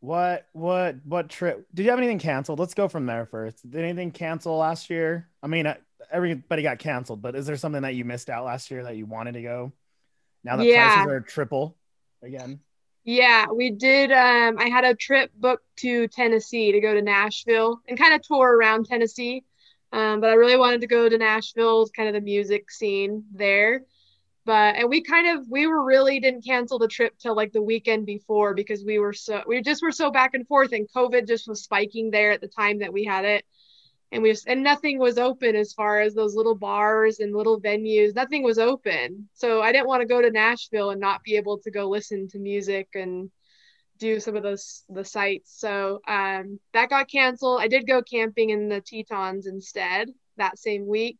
Speaker 3: What what what trip? Did you have anything canceled? Let's go from there first. Did anything cancel last year? I mean, uh, everybody got canceled, but is there something that you missed out last year that you wanted to go? Now that
Speaker 2: Yeah.
Speaker 3: prices are triple again.
Speaker 2: Yeah, we did. Um, I had a trip booked to Tennessee to go to Nashville and kind of tour around Tennessee. Um, but I really wanted to go to Nashville, kind of the music scene there. But and we kind of we were really didn't cancel the trip till like the weekend before because we were so we just were so back and forth and COVID just was spiking there at the time that we had it. And we just, and nothing was open as far as those little bars and little venues. Nothing was open. So I didn't want to go to Nashville and not be able to go listen to music and do some of those the sites. So um, that got canceled. I did go camping in the Tetons instead that same week,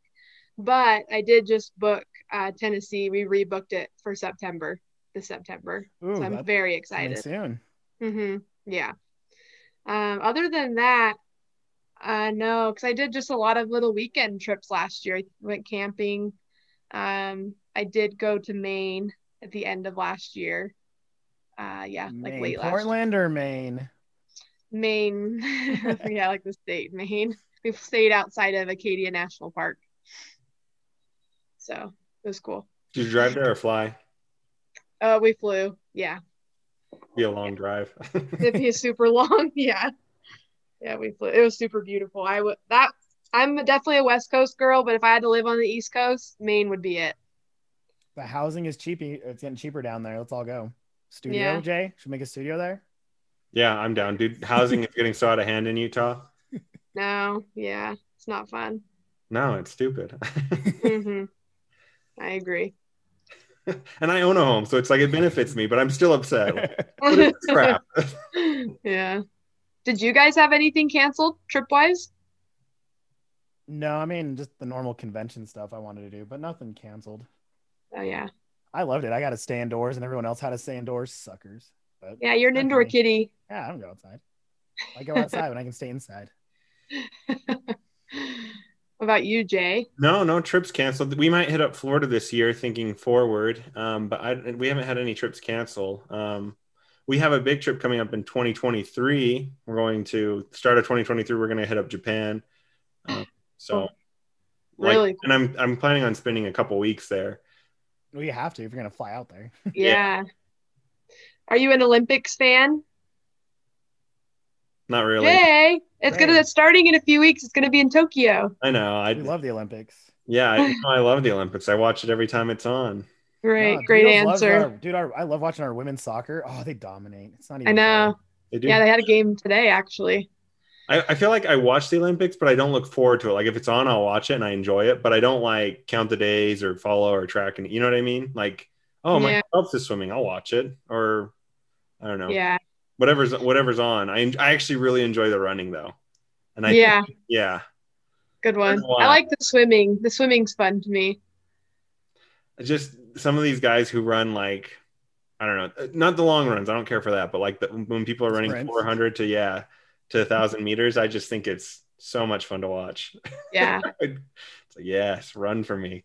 Speaker 2: but I did just book uh, Tennessee. We rebooked it for September this September.
Speaker 3: Ooh,
Speaker 2: so I'm
Speaker 3: Oh, that's
Speaker 2: very
Speaker 3: coming
Speaker 2: excited.
Speaker 3: soon.
Speaker 2: Mm-hmm. Yeah. Um, other than that, uh, no, because I did just a lot of little weekend trips last year. I went camping. Um, I did go to Maine at the end of last year. Uh, yeah, like
Speaker 3: Maine.
Speaker 2: late last
Speaker 3: Portland or Maine?
Speaker 2: Maine. Yeah, like the state, Maine. We've stayed outside of Acadia National Park. So it was cool.
Speaker 1: Did you drive there or fly?
Speaker 2: Uh, we flew. Yeah.
Speaker 1: Be a long drive.
Speaker 2: it'd be super long yeah yeah we flew it was super beautiful i would that i'm definitely a west coast girl but if i had to live on the east coast maine would be it
Speaker 3: The housing is cheap. It's getting cheaper down there. Let's all go. Studio,
Speaker 2: Yeah.
Speaker 3: Jay? Should we make a studio there?
Speaker 1: yeah, I'm down, dude. Housing is getting so out of hand in Utah.
Speaker 2: no yeah it's not fun
Speaker 1: No, it's stupid.
Speaker 2: hmm i agree
Speaker 1: and I own a home, so it's like it benefits me, but I'm still upset. Like, what is this crap?
Speaker 2: yeah did you guys have anything canceled trip-wise
Speaker 3: no, I mean just the normal convention stuff I wanted to do, but nothing canceled.
Speaker 2: oh yeah
Speaker 3: I loved it. I got to stay indoors, and everyone else had to stay indoors. Suckers. But
Speaker 2: yeah you're an
Speaker 3: That's
Speaker 2: indoor
Speaker 3: me.
Speaker 2: kitty
Speaker 3: yeah, I don't go outside. I go outside when I can stay inside.
Speaker 2: what about you jay
Speaker 1: No, no trips canceled. We might hit up Florida this year, thinking forward. Um, but I, we haven't had any trips cancel. Um, we have a big trip coming up in 2023. We're going to start of 2023. We're going to hit up Japan. Um, so, like-
Speaker 2: Really?
Speaker 1: and I'm I'm planning on spending a couple weeks there.
Speaker 3: Well, you have to if you're gonna fly out there.
Speaker 1: Yeah.
Speaker 2: yeah are you an olympics fan
Speaker 1: Not really.
Speaker 2: Yay! It's gonna
Speaker 3: Great.
Speaker 2: it's starting in a few weeks. It's gonna be in Tokyo.
Speaker 1: I know. I
Speaker 3: We love the Olympics.
Speaker 1: yeah. I, I love the Olympics. I watch it every time it's on.
Speaker 2: Great,
Speaker 3: No, dude,
Speaker 2: great
Speaker 3: I love
Speaker 2: answer.
Speaker 3: our- dude, our, I love watching our women's soccer. Oh, they dominate. It's not even.
Speaker 2: I know.
Speaker 1: They do.
Speaker 2: Yeah, they had a game today actually.
Speaker 1: I, I feel like I watch the Olympics, but I don't look forward to it. Like if it's on, I'll watch it and I enjoy it, but I don't like count the days or follow or track and you know what I mean? Like, oh my
Speaker 2: Yeah.
Speaker 1: Phelps is swimming, I'll watch it. Or I don't know.
Speaker 2: Yeah,
Speaker 1: Whatever's whatever's on. I I actually really enjoy the running though. And I
Speaker 2: yeah,
Speaker 1: yeah.
Speaker 2: good one.
Speaker 1: Wow.
Speaker 2: I like the swimming. The swimming's fun to me.
Speaker 1: Just some of these guys who run like I don't know, not the long runs. I don't care for that, but like the, when people are running
Speaker 3: Sprints.
Speaker 1: 400 to yeah to a thousand meters, I just think it's so much fun to watch.
Speaker 2: Yeah.
Speaker 1: It's like, yes, run for me.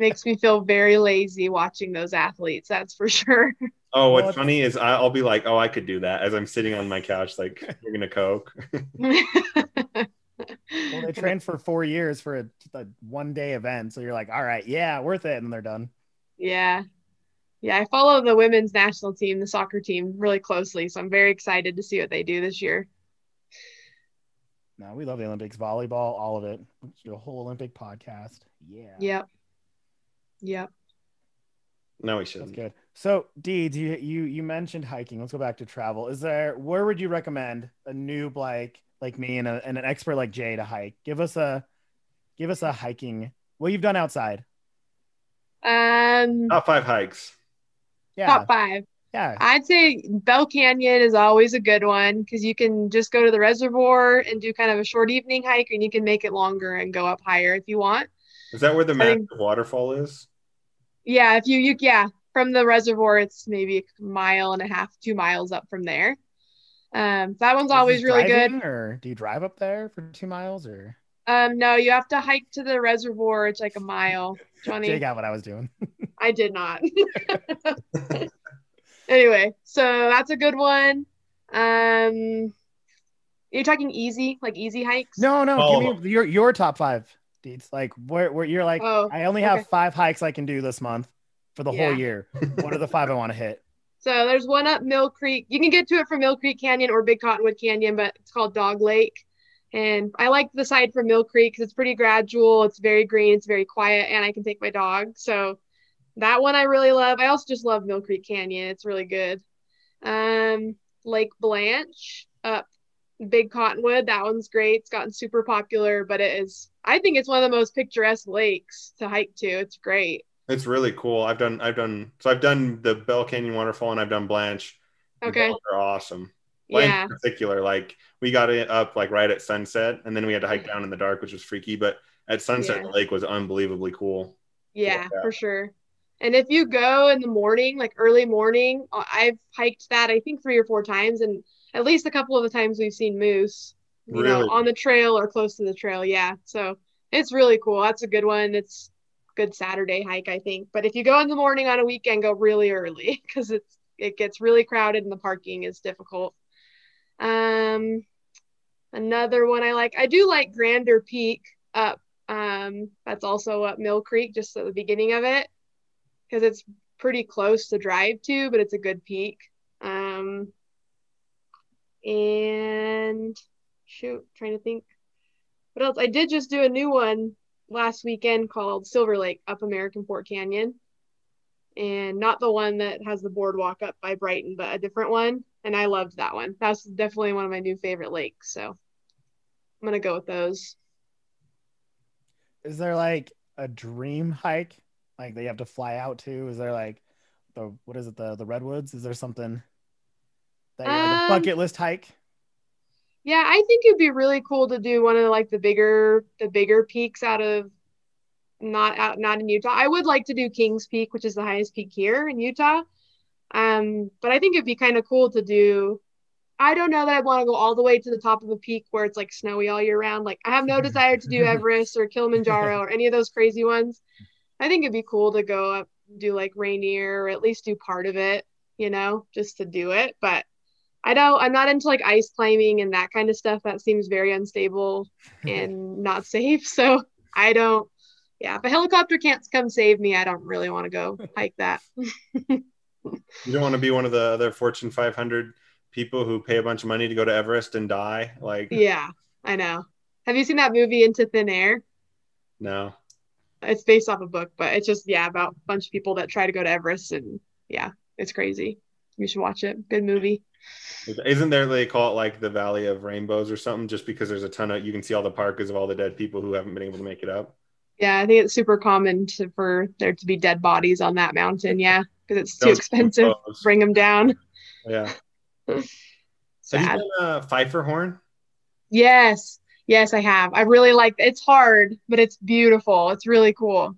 Speaker 2: Makes me feel very lazy watching those athletes. That's for sure.
Speaker 1: Oh, what's
Speaker 3: Well, it's-
Speaker 1: funny is I- I'll be like, oh, I could do that as I'm sitting on my couch, like you're gonna coke.
Speaker 3: Well, they trained for four years for a, a one day event. So you're like, all right, yeah, worth it. And they're done.
Speaker 2: Yeah. Yeah, I follow the women's national team, the soccer team, really closely. So I'm very excited to see what they do this year.
Speaker 3: No, we love the Olympics, volleyball, all of it. Let's do a whole Olympic podcast. Yeah.
Speaker 2: Yep. Yep.
Speaker 1: No, we
Speaker 3: That's
Speaker 1: shouldn't.
Speaker 3: good. So Deeds, you you you mentioned hiking. Let's go back to travel. Is there where would you recommend a noob like like me and, a, and an expert like Jay to hike? Give us a give us a hiking. Well, you've done outside.
Speaker 2: Um,
Speaker 1: Top five hikes.
Speaker 3: Oh, Yeah.
Speaker 2: top five.
Speaker 3: Yeah.
Speaker 2: I'd say Bell Canyon is always a good one because you can just go to the reservoir and do kind of a short evening hike, and you can make it longer and go up higher if you want.
Speaker 1: Is that where the
Speaker 2: I
Speaker 1: massive
Speaker 2: think-
Speaker 1: waterfall is?
Speaker 2: Yeah, if you, you, yeah, from the reservoir, it's maybe a mile and a half, two miles up from there. Um, that one's
Speaker 3: Is
Speaker 2: always
Speaker 3: it
Speaker 2: really good.
Speaker 3: driving, Or do you drive up there for two miles or
Speaker 2: Um, no, you have to hike to the reservoir. It's like a mile,
Speaker 3: Jay
Speaker 2: Johnny.
Speaker 3: got what I was doing.
Speaker 2: I did not. anyway, so that's a good one. Um, you're talking easy, like easy hikes?
Speaker 3: No, no,
Speaker 1: All
Speaker 3: give
Speaker 1: of
Speaker 3: me your your top five Deeds. Like where where you're like,
Speaker 2: Oh,
Speaker 3: I only have
Speaker 2: okay.
Speaker 3: five hikes I can do this month for the
Speaker 2: Yeah.
Speaker 3: whole year. What are the five I want to hit?
Speaker 2: so there's one up Mill Creek. You can get to it from Mill Creek Canyon or Big Cottonwood Canyon, but it's called Dog Lake. And I like the side from Mill Creek because it's pretty gradual. It's very green. It's very quiet, and I can take my dog. So that one I really love. I also just love Mill Creek Canyon. It's really good. Um, Lake Blanche up Big Cottonwood. That one's great. It's gotten super popular, but it is. I think it's one of the most picturesque lakes to hike to. It's great.
Speaker 1: It's really cool. I've done I've done so I've done the Bell Canyon waterfall and I've done Blanche. They
Speaker 2: Okay.
Speaker 1: both are awesome. Blanche
Speaker 2: Yeah.
Speaker 1: in particular, like we got it up like right at sunset and then we had to hike down in the dark, which was freaky, but at sunset
Speaker 2: Mm. Yeah.
Speaker 1: the lake was unbelievably cool.
Speaker 2: Yeah,
Speaker 1: Yeah.
Speaker 2: for sure. And if you go in the morning, like early morning, I- I've hiked that I think three or four times, and at least a couple of the times we've seen moose, you
Speaker 1: Really?
Speaker 2: know, on the trail or close to the trail. Yeah, so it's really cool. That's a good one. It's a good Saturday hike, I think. But if you go in the morning on a weekend, go really early because it's it gets really crowded and the parking is difficult. Um, another one I like. I do like Grander Peak up. Um, that's also up Mill Creek, just at the beginning of it, because it's pretty close to drive to, but it's a good peak. Um, and shoot, trying to think what else. I did just do a new one last weekend called Silver Lake up American Fort Canyon. And not the one that has the boardwalk up by Brighton, but a different one. And I loved that one. That's definitely one of my new favorite lakes. So I'm gonna go with those.
Speaker 3: Is there like a dream hike like that you have to fly out to? Is there like the what is it the the redwoods? Is there something that you're like a
Speaker 2: Um,
Speaker 3: bucket list hike?
Speaker 2: Yeah, I think it'd be really cool to do one of like the bigger the bigger peaks out of not out not in Utah. I would like to do Kings Peak, which is the highest peak here in Utah. Um, but I think it'd be kind of cool to do. I don't know that I'd want to go all the way to the top of a peak where it's like snowy all year round. Like I have no desire to do Everest or Kilimanjaro or any of those crazy ones. I think it'd be cool to go up, do like Rainier or at least do part of it, you know, just to do it. But I don't, I'm not into like ice climbing and that kind of stuff. That seems very unstable and not safe. So I don't, yeah, if a helicopter can't come save me, I don't really want to go hike that.
Speaker 1: You don't want to be one of the other Fortune 500 people who pay a bunch of money to go to Everest and die. Like,
Speaker 2: Yeah, I know. Have you seen that movie Into Thin Air?
Speaker 1: no.
Speaker 2: It's based off a book, but it's just, yeah, about a bunch of people that try to go to Everest. And yeah, it's crazy. You should watch it. Good movie.
Speaker 1: Isn't there, they call it like the Valley of Rainbows or something, just because there's a ton of, you can see all the parkas of all the dead people who haven't been able to make it up?
Speaker 2: Yeah, I think it's super common to, for there to be dead bodies on that mountain. Yeah, because it's too
Speaker 1: Don't-
Speaker 2: expensive.
Speaker 1: those.
Speaker 2: Bring them down.
Speaker 1: Yeah. Have
Speaker 2: Sad.
Speaker 1: you done a Pfeiffer horn?
Speaker 2: Yes, yes, I have. I really like. It's hard, but it's beautiful. It's really cool.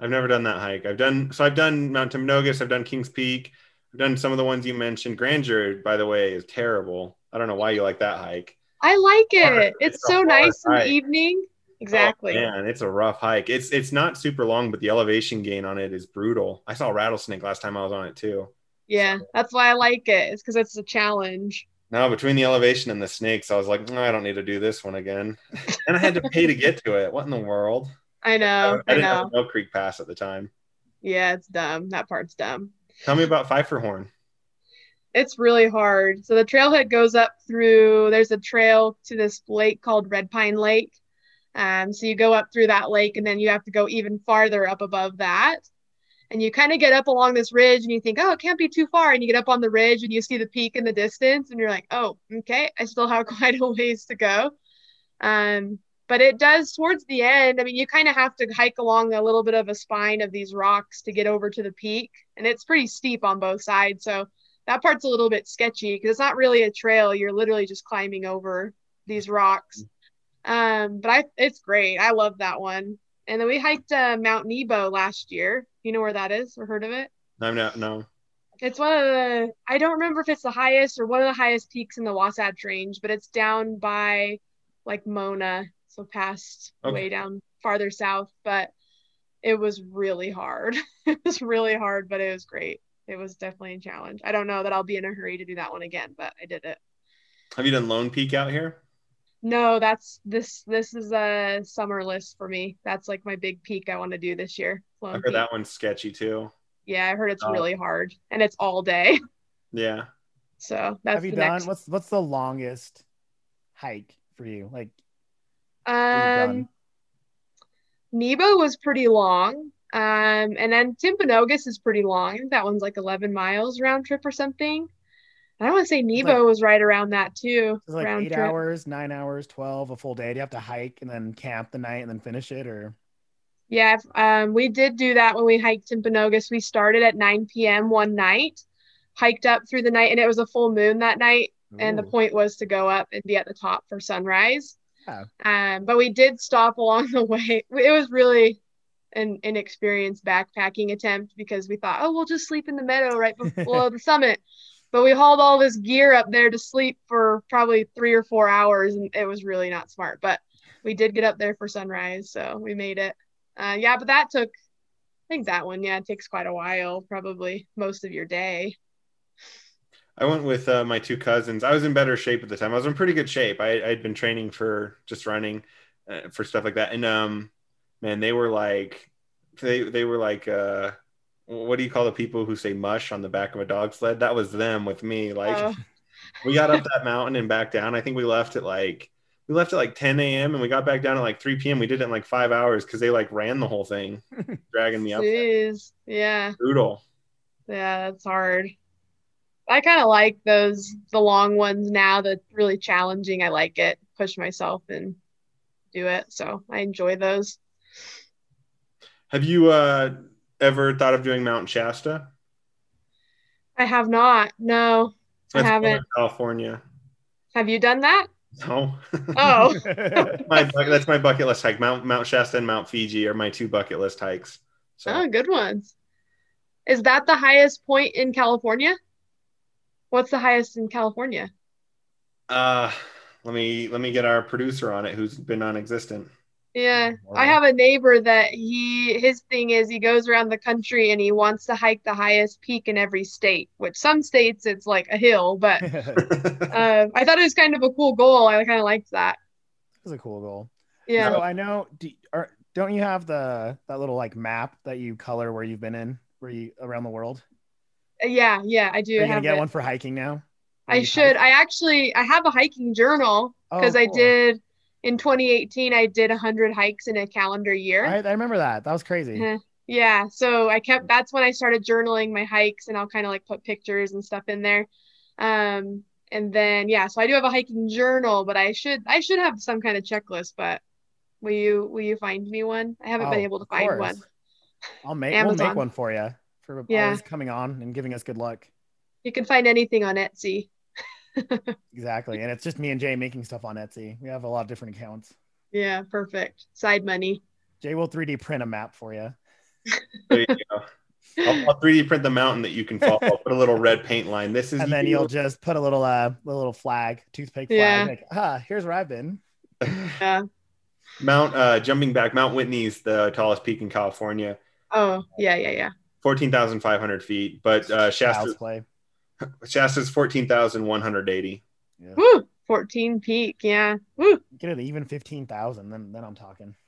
Speaker 1: I've never done that hike. I've done so I've done Mount Timnogus, I've done Kings Peak, I've done some of the ones you mentioned. Grandeur, by the way, is terrible. I don't know why you like that hike.
Speaker 2: I like it. It's,
Speaker 1: It's a
Speaker 2: so
Speaker 1: hard
Speaker 2: nice in
Speaker 1: hike.
Speaker 2: the evening. Exactly.
Speaker 1: Oh, man, it's a rough hike. It's it's not super long, but the elevation gain on it is brutal. I saw a rattlesnake last time I was on it too.
Speaker 2: yeah, that's why I like it. It's because it's a challenge.
Speaker 1: Now between the elevation and the snakes, I was like, "Mm, I don't need to do this one again. and I had to pay to get to it. What in the world?
Speaker 2: I know.
Speaker 1: I
Speaker 2: Oh, I
Speaker 1: didn't have
Speaker 2: know.
Speaker 1: Mill Creek Pass at the time.
Speaker 2: Yeah, it's dumb. That part's dumb.
Speaker 1: Tell me about Pfeifferhorn.
Speaker 2: It's really hard. So the trailhead goes up through, there's a trail to this lake called Red Pine Lake. Um, so you go up through that lake and then you have to go even farther up above that. And you kind of get up along this ridge and you think, oh, it can't be too far. And you get up on the ridge and you see the peak in the distance and you're like, oh, okay, I still have quite a ways to go. Um, but it does towards the end. I mean, you kind of have to hike along a little bit of a spine of these rocks to get over to the peak. And it's pretty steep on both sides. So that part's a little bit sketchy because it's not really a trail. You're literally just climbing over these rocks. Um, but I, it's great. I love that one. And then we hiked uh, Mount Nebo last year. You know where that is or heard of it?
Speaker 1: I'm not no.
Speaker 2: It's one of the, I don't remember if it's the highest or one of the highest peaks in the Wasatch Range, but it's down by like Mona. So past
Speaker 1: Okay.
Speaker 2: way down farther south. But it was really hard. it was really hard, but it was great. It was definitely a challenge. I don't know that I'll be in a hurry to do that one again, but I did it.
Speaker 1: Have you done Lone Peak out here?
Speaker 2: No, that's this this is a summer list for me. That's like my big peak I want to do this year. Lone
Speaker 1: I heard
Speaker 2: Peak.
Speaker 1: that one's sketchy too.
Speaker 2: Yeah, I heard it's
Speaker 1: Oh.
Speaker 2: really hard and it's all day.
Speaker 1: Yeah.
Speaker 2: So that's
Speaker 3: Have you
Speaker 2: the
Speaker 3: done
Speaker 2: next
Speaker 3: what's what's the longest hike for you? Like that you've
Speaker 2: Um, Nebo was pretty long. Um, and then Timpanogos is pretty long. I think That one's like 11 miles round trip or something. I don't want to say Nebo was right around that too.
Speaker 3: It's like
Speaker 2: round
Speaker 3: eight
Speaker 2: trip.
Speaker 3: hours, nine hours, twelve, a full day. Do you have to hike and then camp the night and then finish it, or
Speaker 2: Yeah, if- um, we did do that when we hiked Timpanogos. We started at 9 p.m. one night, hiked up through the night, and it was a full moon that night. And the
Speaker 3: Ooh.
Speaker 2: point was to go up and be at the top for sunrise.
Speaker 3: Yeah.
Speaker 2: Um, but we did stop along the way. It was really an inexperienced backpacking attempt because we thought, oh, we'll just sleep in the meadow right below the summit. But we hauled all this gear up there to sleep for probably three or four hours, and it was really not smart. But we did get up there for sunrise, so we made it. Uh, yeah, but that took, I think that one, yeah, it takes quite a while, probably most of your day.
Speaker 1: I went with uh, my two cousins. I was in better shape at the time. I was in pretty good shape. I I'd been training for just running, uh, for stuff like that. And um, man, they were like, they they were like, uh, what do you call the people who say mush on the back of a dog sled? That was them with me. Like
Speaker 2: Oh.
Speaker 1: we got up that mountain and back down. I think we left at like we left at like 10 a.m. and we got back down at like 3 p.m. We did it in like five hours because they like ran the whole thing, dragging me up.
Speaker 2: Jeez. Yeah.
Speaker 1: Brutal.
Speaker 2: Yeah, that's hard. I kind of like those the long ones now that's really challenging. I like it. Push myself and do it. So I enjoy those.
Speaker 1: Have you uh, ever thought of doing Mount Shasta?
Speaker 2: I have not. No, I
Speaker 1: That's
Speaker 2: haven't.
Speaker 1: in California.
Speaker 2: Have you done that?
Speaker 1: No,
Speaker 2: Oh,
Speaker 1: my bucket, that's my bucket list hike. Mount Mount Shasta and Mount Fiji are my two bucket list hikes. So
Speaker 2: oh, good ones. Is that the highest point in California? What's the highest in California? Oh.
Speaker 1: uh, let me let me get our producer on it, who's been non-existent.
Speaker 2: Yeah. I
Speaker 3: Wow.
Speaker 2: have a neighbor that he his thing is he goes around the country and he wants to hike the highest peak in every state, which some states it's like a hill, but
Speaker 3: that
Speaker 2: uh, I thought it was kind of a cool goal. I kind of liked that.
Speaker 3: was a cool goal.
Speaker 2: Yeah.
Speaker 3: So I know. Do, are, don't you have the that little like map that you color where you've been in, where you around the world?
Speaker 2: uh, Yeah. Yeah. I do
Speaker 3: Are you gonna
Speaker 2: have
Speaker 3: get
Speaker 2: it.
Speaker 3: one for hiking now?
Speaker 2: I
Speaker 3: Where you
Speaker 2: should.
Speaker 3: hike?
Speaker 2: I actually, I have a hiking journal
Speaker 3: Oh,
Speaker 2: because I
Speaker 3: cool.
Speaker 2: did in 2018, I did 100 hikes in a calendar year.
Speaker 3: I, I remember that. That was crazy.
Speaker 2: Yeah. Yeah, so I kept that's when I started journaling my hikes and I'll kind of like put pictures and stuff in there. Um and then yeah, so I do have a hiking journal, but I should I should have some kind of checklist, but will you will you find me one? I haven't been
Speaker 3: Oh,
Speaker 2: able to
Speaker 3: of
Speaker 2: find
Speaker 3: course.
Speaker 2: one.
Speaker 3: I'll make we'll
Speaker 2: Amazon.
Speaker 3: make one for you for
Speaker 2: Yeah.
Speaker 3: always coming on and giving us good luck.
Speaker 2: You can find anything on Etsy.
Speaker 3: Exactly, and it's just me and Jay making stuff on Etsy. We have a lot of different accounts.
Speaker 2: Yeah, perfect. Side money.
Speaker 3: Jay will 3D print a map for you.
Speaker 1: There you go. I'll, I'll 3D print the mountain that you can follow. I'll put a little red paint line. This is
Speaker 3: and then you'll just put a little uh a little flag, toothpick flag,
Speaker 2: Yeah.
Speaker 3: like, ah, here's where I've been.
Speaker 2: Yeah.
Speaker 1: Mount uh, jumping back. Mount Whitney's the tallest peak in California,
Speaker 2: Oh, yeah, yeah, yeah.
Speaker 1: fourteen thousand five hundred feet. But uh,
Speaker 3: Child's
Speaker 1: Shasta
Speaker 3: play.
Speaker 1: Shasta's fourteen thousand one hundred eighty.
Speaker 3: Yeah.
Speaker 2: Woo. 14 peak. Yeah. Woo.
Speaker 3: Get it even fifteen thousand, then then I'm talking.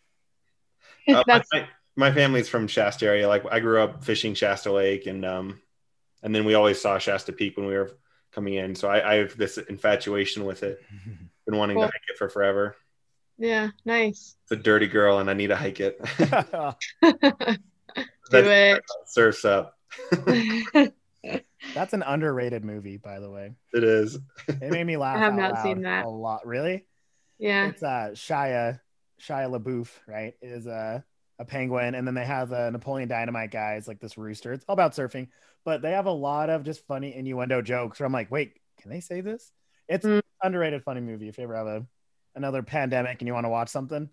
Speaker 1: Uh, my,
Speaker 2: That's
Speaker 1: my, my family's from Shasta area. Like I grew up fishing Shasta Lake, and um, and then we always saw Shasta Peak when we were coming in. So I, I have this infatuation with it. Been wanting
Speaker 2: Cool.
Speaker 1: to hike it for forever.
Speaker 2: yeah, nice.
Speaker 1: It's a dirty girl, and I need to hike it.
Speaker 2: Do it.
Speaker 1: Surfs up.
Speaker 3: That's an underrated movie, by the way.
Speaker 1: It is.
Speaker 3: It made me laugh.
Speaker 2: have
Speaker 3: out
Speaker 2: not
Speaker 3: loud
Speaker 2: seen that.
Speaker 3: a lot. Really?
Speaker 2: yeah.
Speaker 3: It's uh Shia Shia LaBeouf, right? Is a a penguin, and then they have a Napoleon Dynamite guy. It's like this rooster. It's all about surfing, but they have a lot of just funny innuendo jokes. Where I'm like, wait, can they say this? It's
Speaker 2: Mm.
Speaker 3: an underrated funny movie. If you ever have a another pandemic and you want to watch something,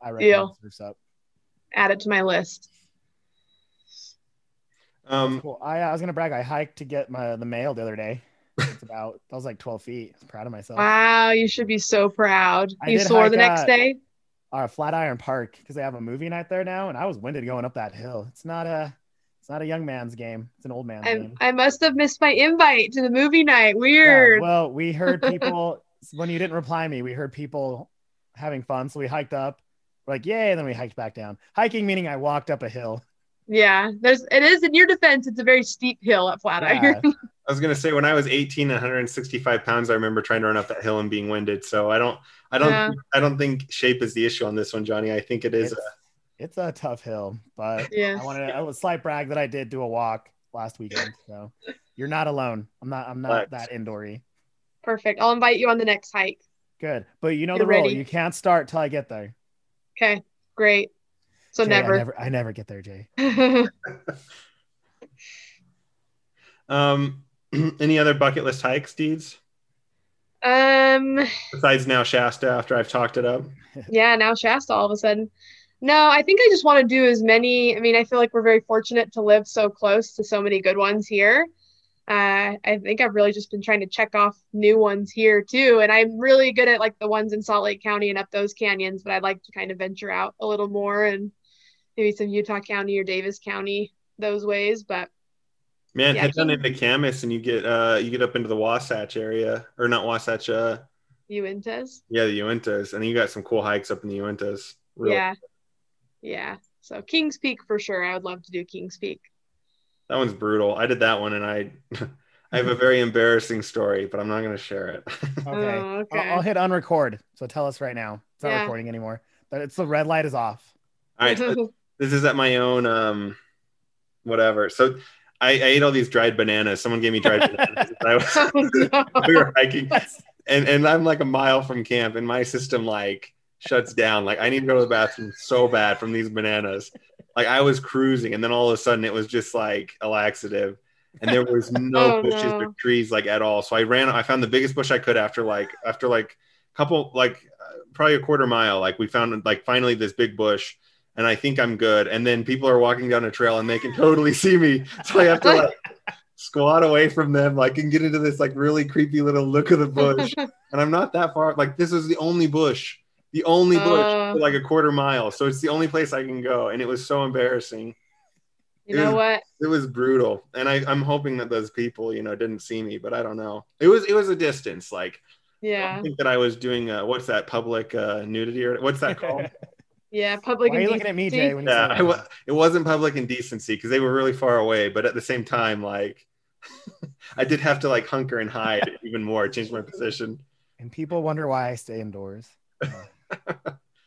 Speaker 3: I recommend
Speaker 2: Deal.
Speaker 3: Surf's Up.
Speaker 2: Add it to my list.
Speaker 1: Um,
Speaker 3: Cool. I, I was gonna brag. I hiked to get my the mail the other day. It's about that was like 12 feet. I was proud of myself.
Speaker 2: Wow, you should be so proud.
Speaker 3: I
Speaker 2: You
Speaker 3: did
Speaker 2: swore
Speaker 3: hike
Speaker 2: the next
Speaker 3: at-
Speaker 2: day?
Speaker 3: uh, Flatiron Park because they have a movie night there now, and I was winded going up that hill. It's not a, it's not a young man's game. It's an old man's
Speaker 2: I,
Speaker 3: game.
Speaker 2: I must have missed my invite to the movie night.
Speaker 3: Yeah,
Speaker 2: Weird.
Speaker 3: well, we heard people when you didn't reply me. We heard people having fun, so we hiked up. We're like, yay! And then we hiked back down. Hiking meaning I walked up a hill.
Speaker 2: yeah, there's it is in your defense. It's a very steep hill at Flatiron.
Speaker 3: Yeah.
Speaker 1: I was gonna say when I was 18, 165 pounds, I remember trying to run up that hill and being winded. So I don't, I don't,
Speaker 2: Yeah.
Speaker 1: I don't think shape is the issue on this one, Johnny. I think it is.
Speaker 3: it's,
Speaker 1: Uh,
Speaker 3: it's a tough hill, but
Speaker 2: Yeah.
Speaker 3: I wanted to, a slight brag that I did do a walk last weekend. So you're not alone. I'm not. I'm not
Speaker 1: Right.
Speaker 3: that indoory.
Speaker 2: Perfect. I'll invite you on the next hike.
Speaker 3: Good, but you know
Speaker 2: You're
Speaker 3: the rule.
Speaker 2: ready.
Speaker 3: You can't start till I get there.
Speaker 2: Okay. Great. So
Speaker 3: Jay, I
Speaker 2: never.
Speaker 3: never. I never get there, Jay.
Speaker 1: um, any other bucket list hikes, deeds
Speaker 2: um
Speaker 1: besides now Shasta? After I've talked it up,
Speaker 2: yeah, now Shasta all of a sudden. No, I think I just want to do as many. I mean, I feel like we're very fortunate to live so close to so many good ones here. Uh, I think I've really just been trying to check off new ones here too. And I'm really good at like the ones in Salt Lake County and up those canyons, but I'd like to kind of venture out a little more and maybe some Utah County or Davis County those ways. But
Speaker 1: man,
Speaker 2: Yeah,
Speaker 1: head down
Speaker 2: he-
Speaker 1: into Camas and you get, uh, you get up into the Wasatch area or not Wasatch, uh,
Speaker 2: Uintas.
Speaker 1: yeah, the Uintas, and you got some cool hikes up in the Uintas.
Speaker 2: Yeah. Yeah. So Kings Peak for sure. I would love to do Kings Peak.
Speaker 1: That one's brutal. I did that one, and I, I have a
Speaker 2: Mm-hmm.
Speaker 1: very embarrassing story, but I'm not gonna share it.
Speaker 3: Okay.
Speaker 2: Oh,
Speaker 3: I'll,
Speaker 2: okay.
Speaker 3: I'll hit unrecord. So tell us right now. It's not
Speaker 2: Yeah.
Speaker 3: recording anymore. But it's the red light is off.
Speaker 1: All right,
Speaker 2: Mm-hmm.
Speaker 1: so this is at my own um whatever so i, I ate all these dried bananas someone gave me dried bananas I was,
Speaker 2: Oh, no.
Speaker 1: we were hiking
Speaker 3: That's
Speaker 1: and, and i'm like a mile from camp and my system like shuts down like i need to go to the bathroom so bad from these bananas like i was cruising and then all of a sudden it was just like a laxative and there was no
Speaker 2: Oh,
Speaker 1: bushes
Speaker 2: no.
Speaker 1: or trees like at all so i ran i found the biggest bush i could after like after like couple like uh, probably a quarter mile like we found like finally this big bush and i think i'm good and then people are walking down a trail and they can totally see me so i have to like squat away from them like and get into this like really creepy little look of the bush and i'm not that far like this is the only bush the only bush
Speaker 2: Uh.
Speaker 1: for like a quarter mile so it's the only place i can go and it was so embarrassing
Speaker 2: You know what?
Speaker 1: it was brutal and I, i'm hoping that those people you know didn't see me but i don't know it was it was a distance like I
Speaker 2: Yeah.
Speaker 1: don't think that I was doing uh, what's that public uh, nudity or what's that called?
Speaker 2: Yeah. Public.
Speaker 3: Why are you
Speaker 2: indec-
Speaker 3: looking at me, Jay? When you
Speaker 1: yeah,
Speaker 3: say
Speaker 1: I wa- it wasn't public indecency because they were really far away, but at the same time, like I did have to like hunker and hide even more, change my position.
Speaker 3: and people wonder why I stay indoors.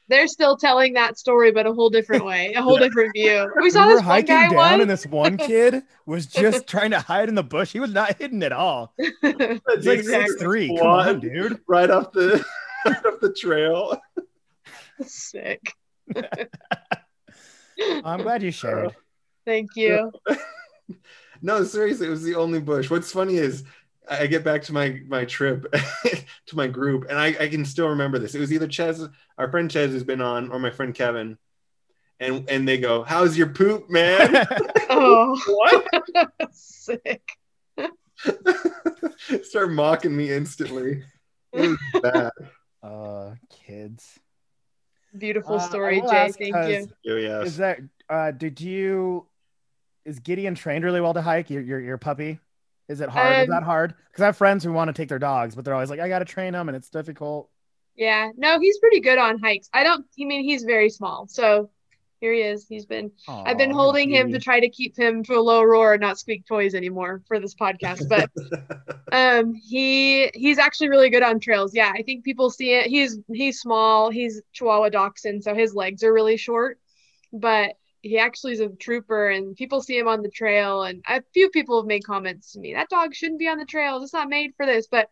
Speaker 2: They're still telling that story, but a whole different way, a whole different view. We saw
Speaker 3: we were
Speaker 2: this one
Speaker 3: hiking
Speaker 2: guy
Speaker 3: down,
Speaker 2: once.
Speaker 3: and this one kid was just trying to hide in the bush. He was not hidden at all. He's like six three. Come on,
Speaker 1: Squad
Speaker 3: dude.
Speaker 1: Right off the right off the trail.
Speaker 2: Sick.
Speaker 3: I'm glad you shared.
Speaker 2: Thank you.
Speaker 1: No, seriously, it was the only bush. What's funny is I I get back to my my trip to my group, and I, I can still remember this. It was either Ches, our friend Ches, who's been on, or my friend Kevin, and and they go, "How's your poop, man?"
Speaker 2: Oh,
Speaker 1: what?
Speaker 2: sick.
Speaker 1: Start mocking me instantly. It was bad.
Speaker 3: uh, kids.
Speaker 2: Beautiful
Speaker 3: Uh, I
Speaker 2: story,
Speaker 3: will
Speaker 2: Jay.
Speaker 3: ask
Speaker 2: Thank
Speaker 3: 'cause
Speaker 2: you.
Speaker 1: Oh, yes.
Speaker 3: Is that uh did you is Gideon trained really well to hike your your, your puppy? Is it hard? is
Speaker 2: Um,
Speaker 3: that hard? Because I have friends who want to take their dogs, but they're always like, I gotta train them and it's difficult.
Speaker 2: Yeah, no, he's pretty good on hikes. I don't, I mean, he's very small. So here he is. He's been, I've been
Speaker 3: Aw,
Speaker 2: holding him to
Speaker 3: beauty.
Speaker 2: try to keep him to a low roar and not squeak toys anymore for this podcast. But um, he he's actually really good on trails. Yeah, I think people see it. He's he's small. He's Chihuahua Dachshund, so his legs are really short. But he actually is a trooper, and people see him on the trail. And a few people have made comments to me that dog shouldn't be on the trails. It's not made for this. But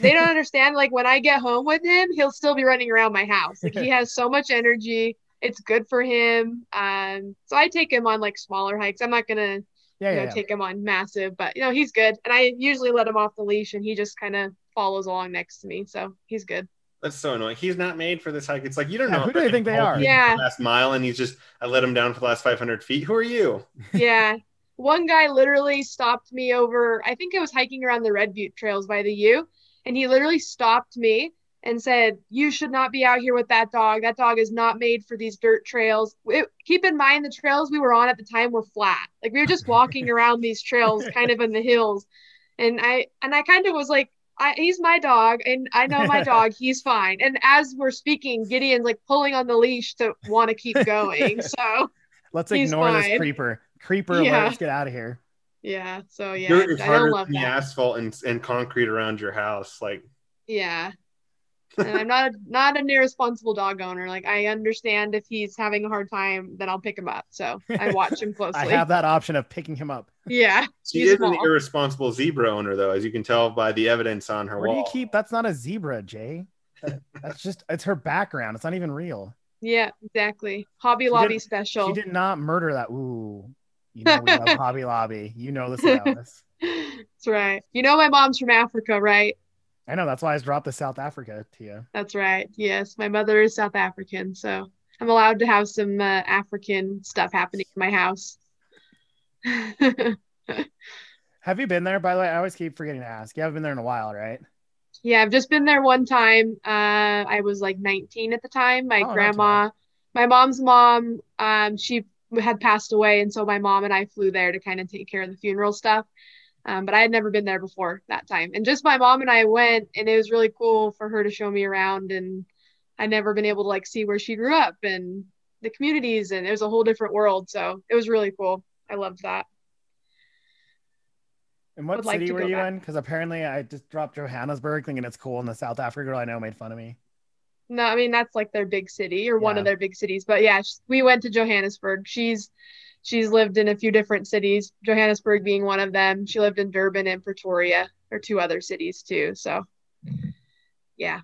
Speaker 2: they don't understand. Like when I get home with him, he'll still be running around my house. Like he has so much energy. It's good for him. Um, so I take him on like smaller hikes. I'm not gonna
Speaker 3: Yeah,
Speaker 2: you
Speaker 3: yeah.
Speaker 2: know,
Speaker 3: yeah.
Speaker 2: take him on massive, but you know, he's good. And I usually let him off the leash and he just kind of follows along next to me. So he's good.
Speaker 1: That's so annoying. He's not made for this hike. It's like you don't
Speaker 3: Yeah,
Speaker 1: know
Speaker 3: who
Speaker 1: if
Speaker 3: do
Speaker 1: I
Speaker 3: they
Speaker 1: can
Speaker 3: think they
Speaker 1: hold
Speaker 3: are?
Speaker 1: you
Speaker 2: Yeah.
Speaker 1: the Last mile, and he's just I let him down for the last 500 feet. Who are you?
Speaker 2: yeah. One guy literally stopped me over, I think I was hiking around the Red Butte trails by the U, and he literally stopped me and said, You should not be out here with that dog. That dog is not made for these dirt trails. It- keep in mind the trails we were on at the time were flat. Like we were just walking around these trails kind of in the hills. And I and I kind of was like, I, he's my dog and I know my dog, he's fine. And as we're speaking, Gideon's like pulling on the leash to want to keep going. So
Speaker 3: Let's
Speaker 2: he's
Speaker 3: ignore this
Speaker 2: fine.
Speaker 3: creeper. Creeper,
Speaker 2: Yeah.
Speaker 3: let's get out of here.
Speaker 2: yeah. So yeah.
Speaker 1: Dirt is
Speaker 2: I
Speaker 1: harder
Speaker 2: don't love
Speaker 1: than the
Speaker 2: that.
Speaker 1: asphalt and, and concrete around your house. Like
Speaker 2: Yeah. And I'm not a, not an irresponsible dog owner. Like I understand if he's having a hard time, then I'll pick him up. So I watch him closely.
Speaker 3: I have that option of picking him up.
Speaker 2: yeah.
Speaker 1: she
Speaker 2: He's
Speaker 1: is an
Speaker 2: small.
Speaker 1: irresponsible zebra owner, though, as you can tell by the evidence on her
Speaker 3: Where do you
Speaker 1: wall.
Speaker 3: keep that's not a zebra, Jay? That- that's just it's her background. It's not even real.
Speaker 2: Yeah, exactly. Hobby
Speaker 3: did-
Speaker 2: Lobby
Speaker 3: She
Speaker 2: special.
Speaker 3: did not murder that. Ooh. You know we love Hobby Lobby. You know this about us.
Speaker 2: That's right. You know my mom's from Africa, right?
Speaker 3: I know that's why I just dropped the South Africa to you.
Speaker 2: That's right. Yes, my mother is South African, so I'm allowed to have some uh, African stuff happening in my house.
Speaker 3: Have you been there? By the way, I always keep forgetting to ask. You haven't been there in a while, right?
Speaker 2: Yeah, I've just been there one time. Uh, I was like 19 at the time. My
Speaker 3: Oh, not too
Speaker 2: grandma, my mom's mom, um, she had passed away, and so my mom and I flew there to kind of take care of the funeral stuff. Um, but I had never been there before that time. And just my mom and I went, and it was really cool for her to show me around. And I'd never been able to like see where she grew up and the communities, and it was a whole different world. So it was really cool. I loved that.
Speaker 3: And what
Speaker 2: Would like
Speaker 3: city
Speaker 2: to
Speaker 3: were
Speaker 2: go
Speaker 3: you
Speaker 2: back.
Speaker 3: in? Because apparently I just dropped Johannesburg thinking it's cool, and the South Africa girl I know made fun of me.
Speaker 2: No, I mean that's like their big city or one
Speaker 3: Yeah.
Speaker 2: of their big cities. But yeah, sh- we went to Johannesburg. She's she's lived in a few different cities, Johannesburg being one of them. She lived in Durban and Pretoria or two other cities too. So
Speaker 3: Mm-hmm.
Speaker 2: yeah.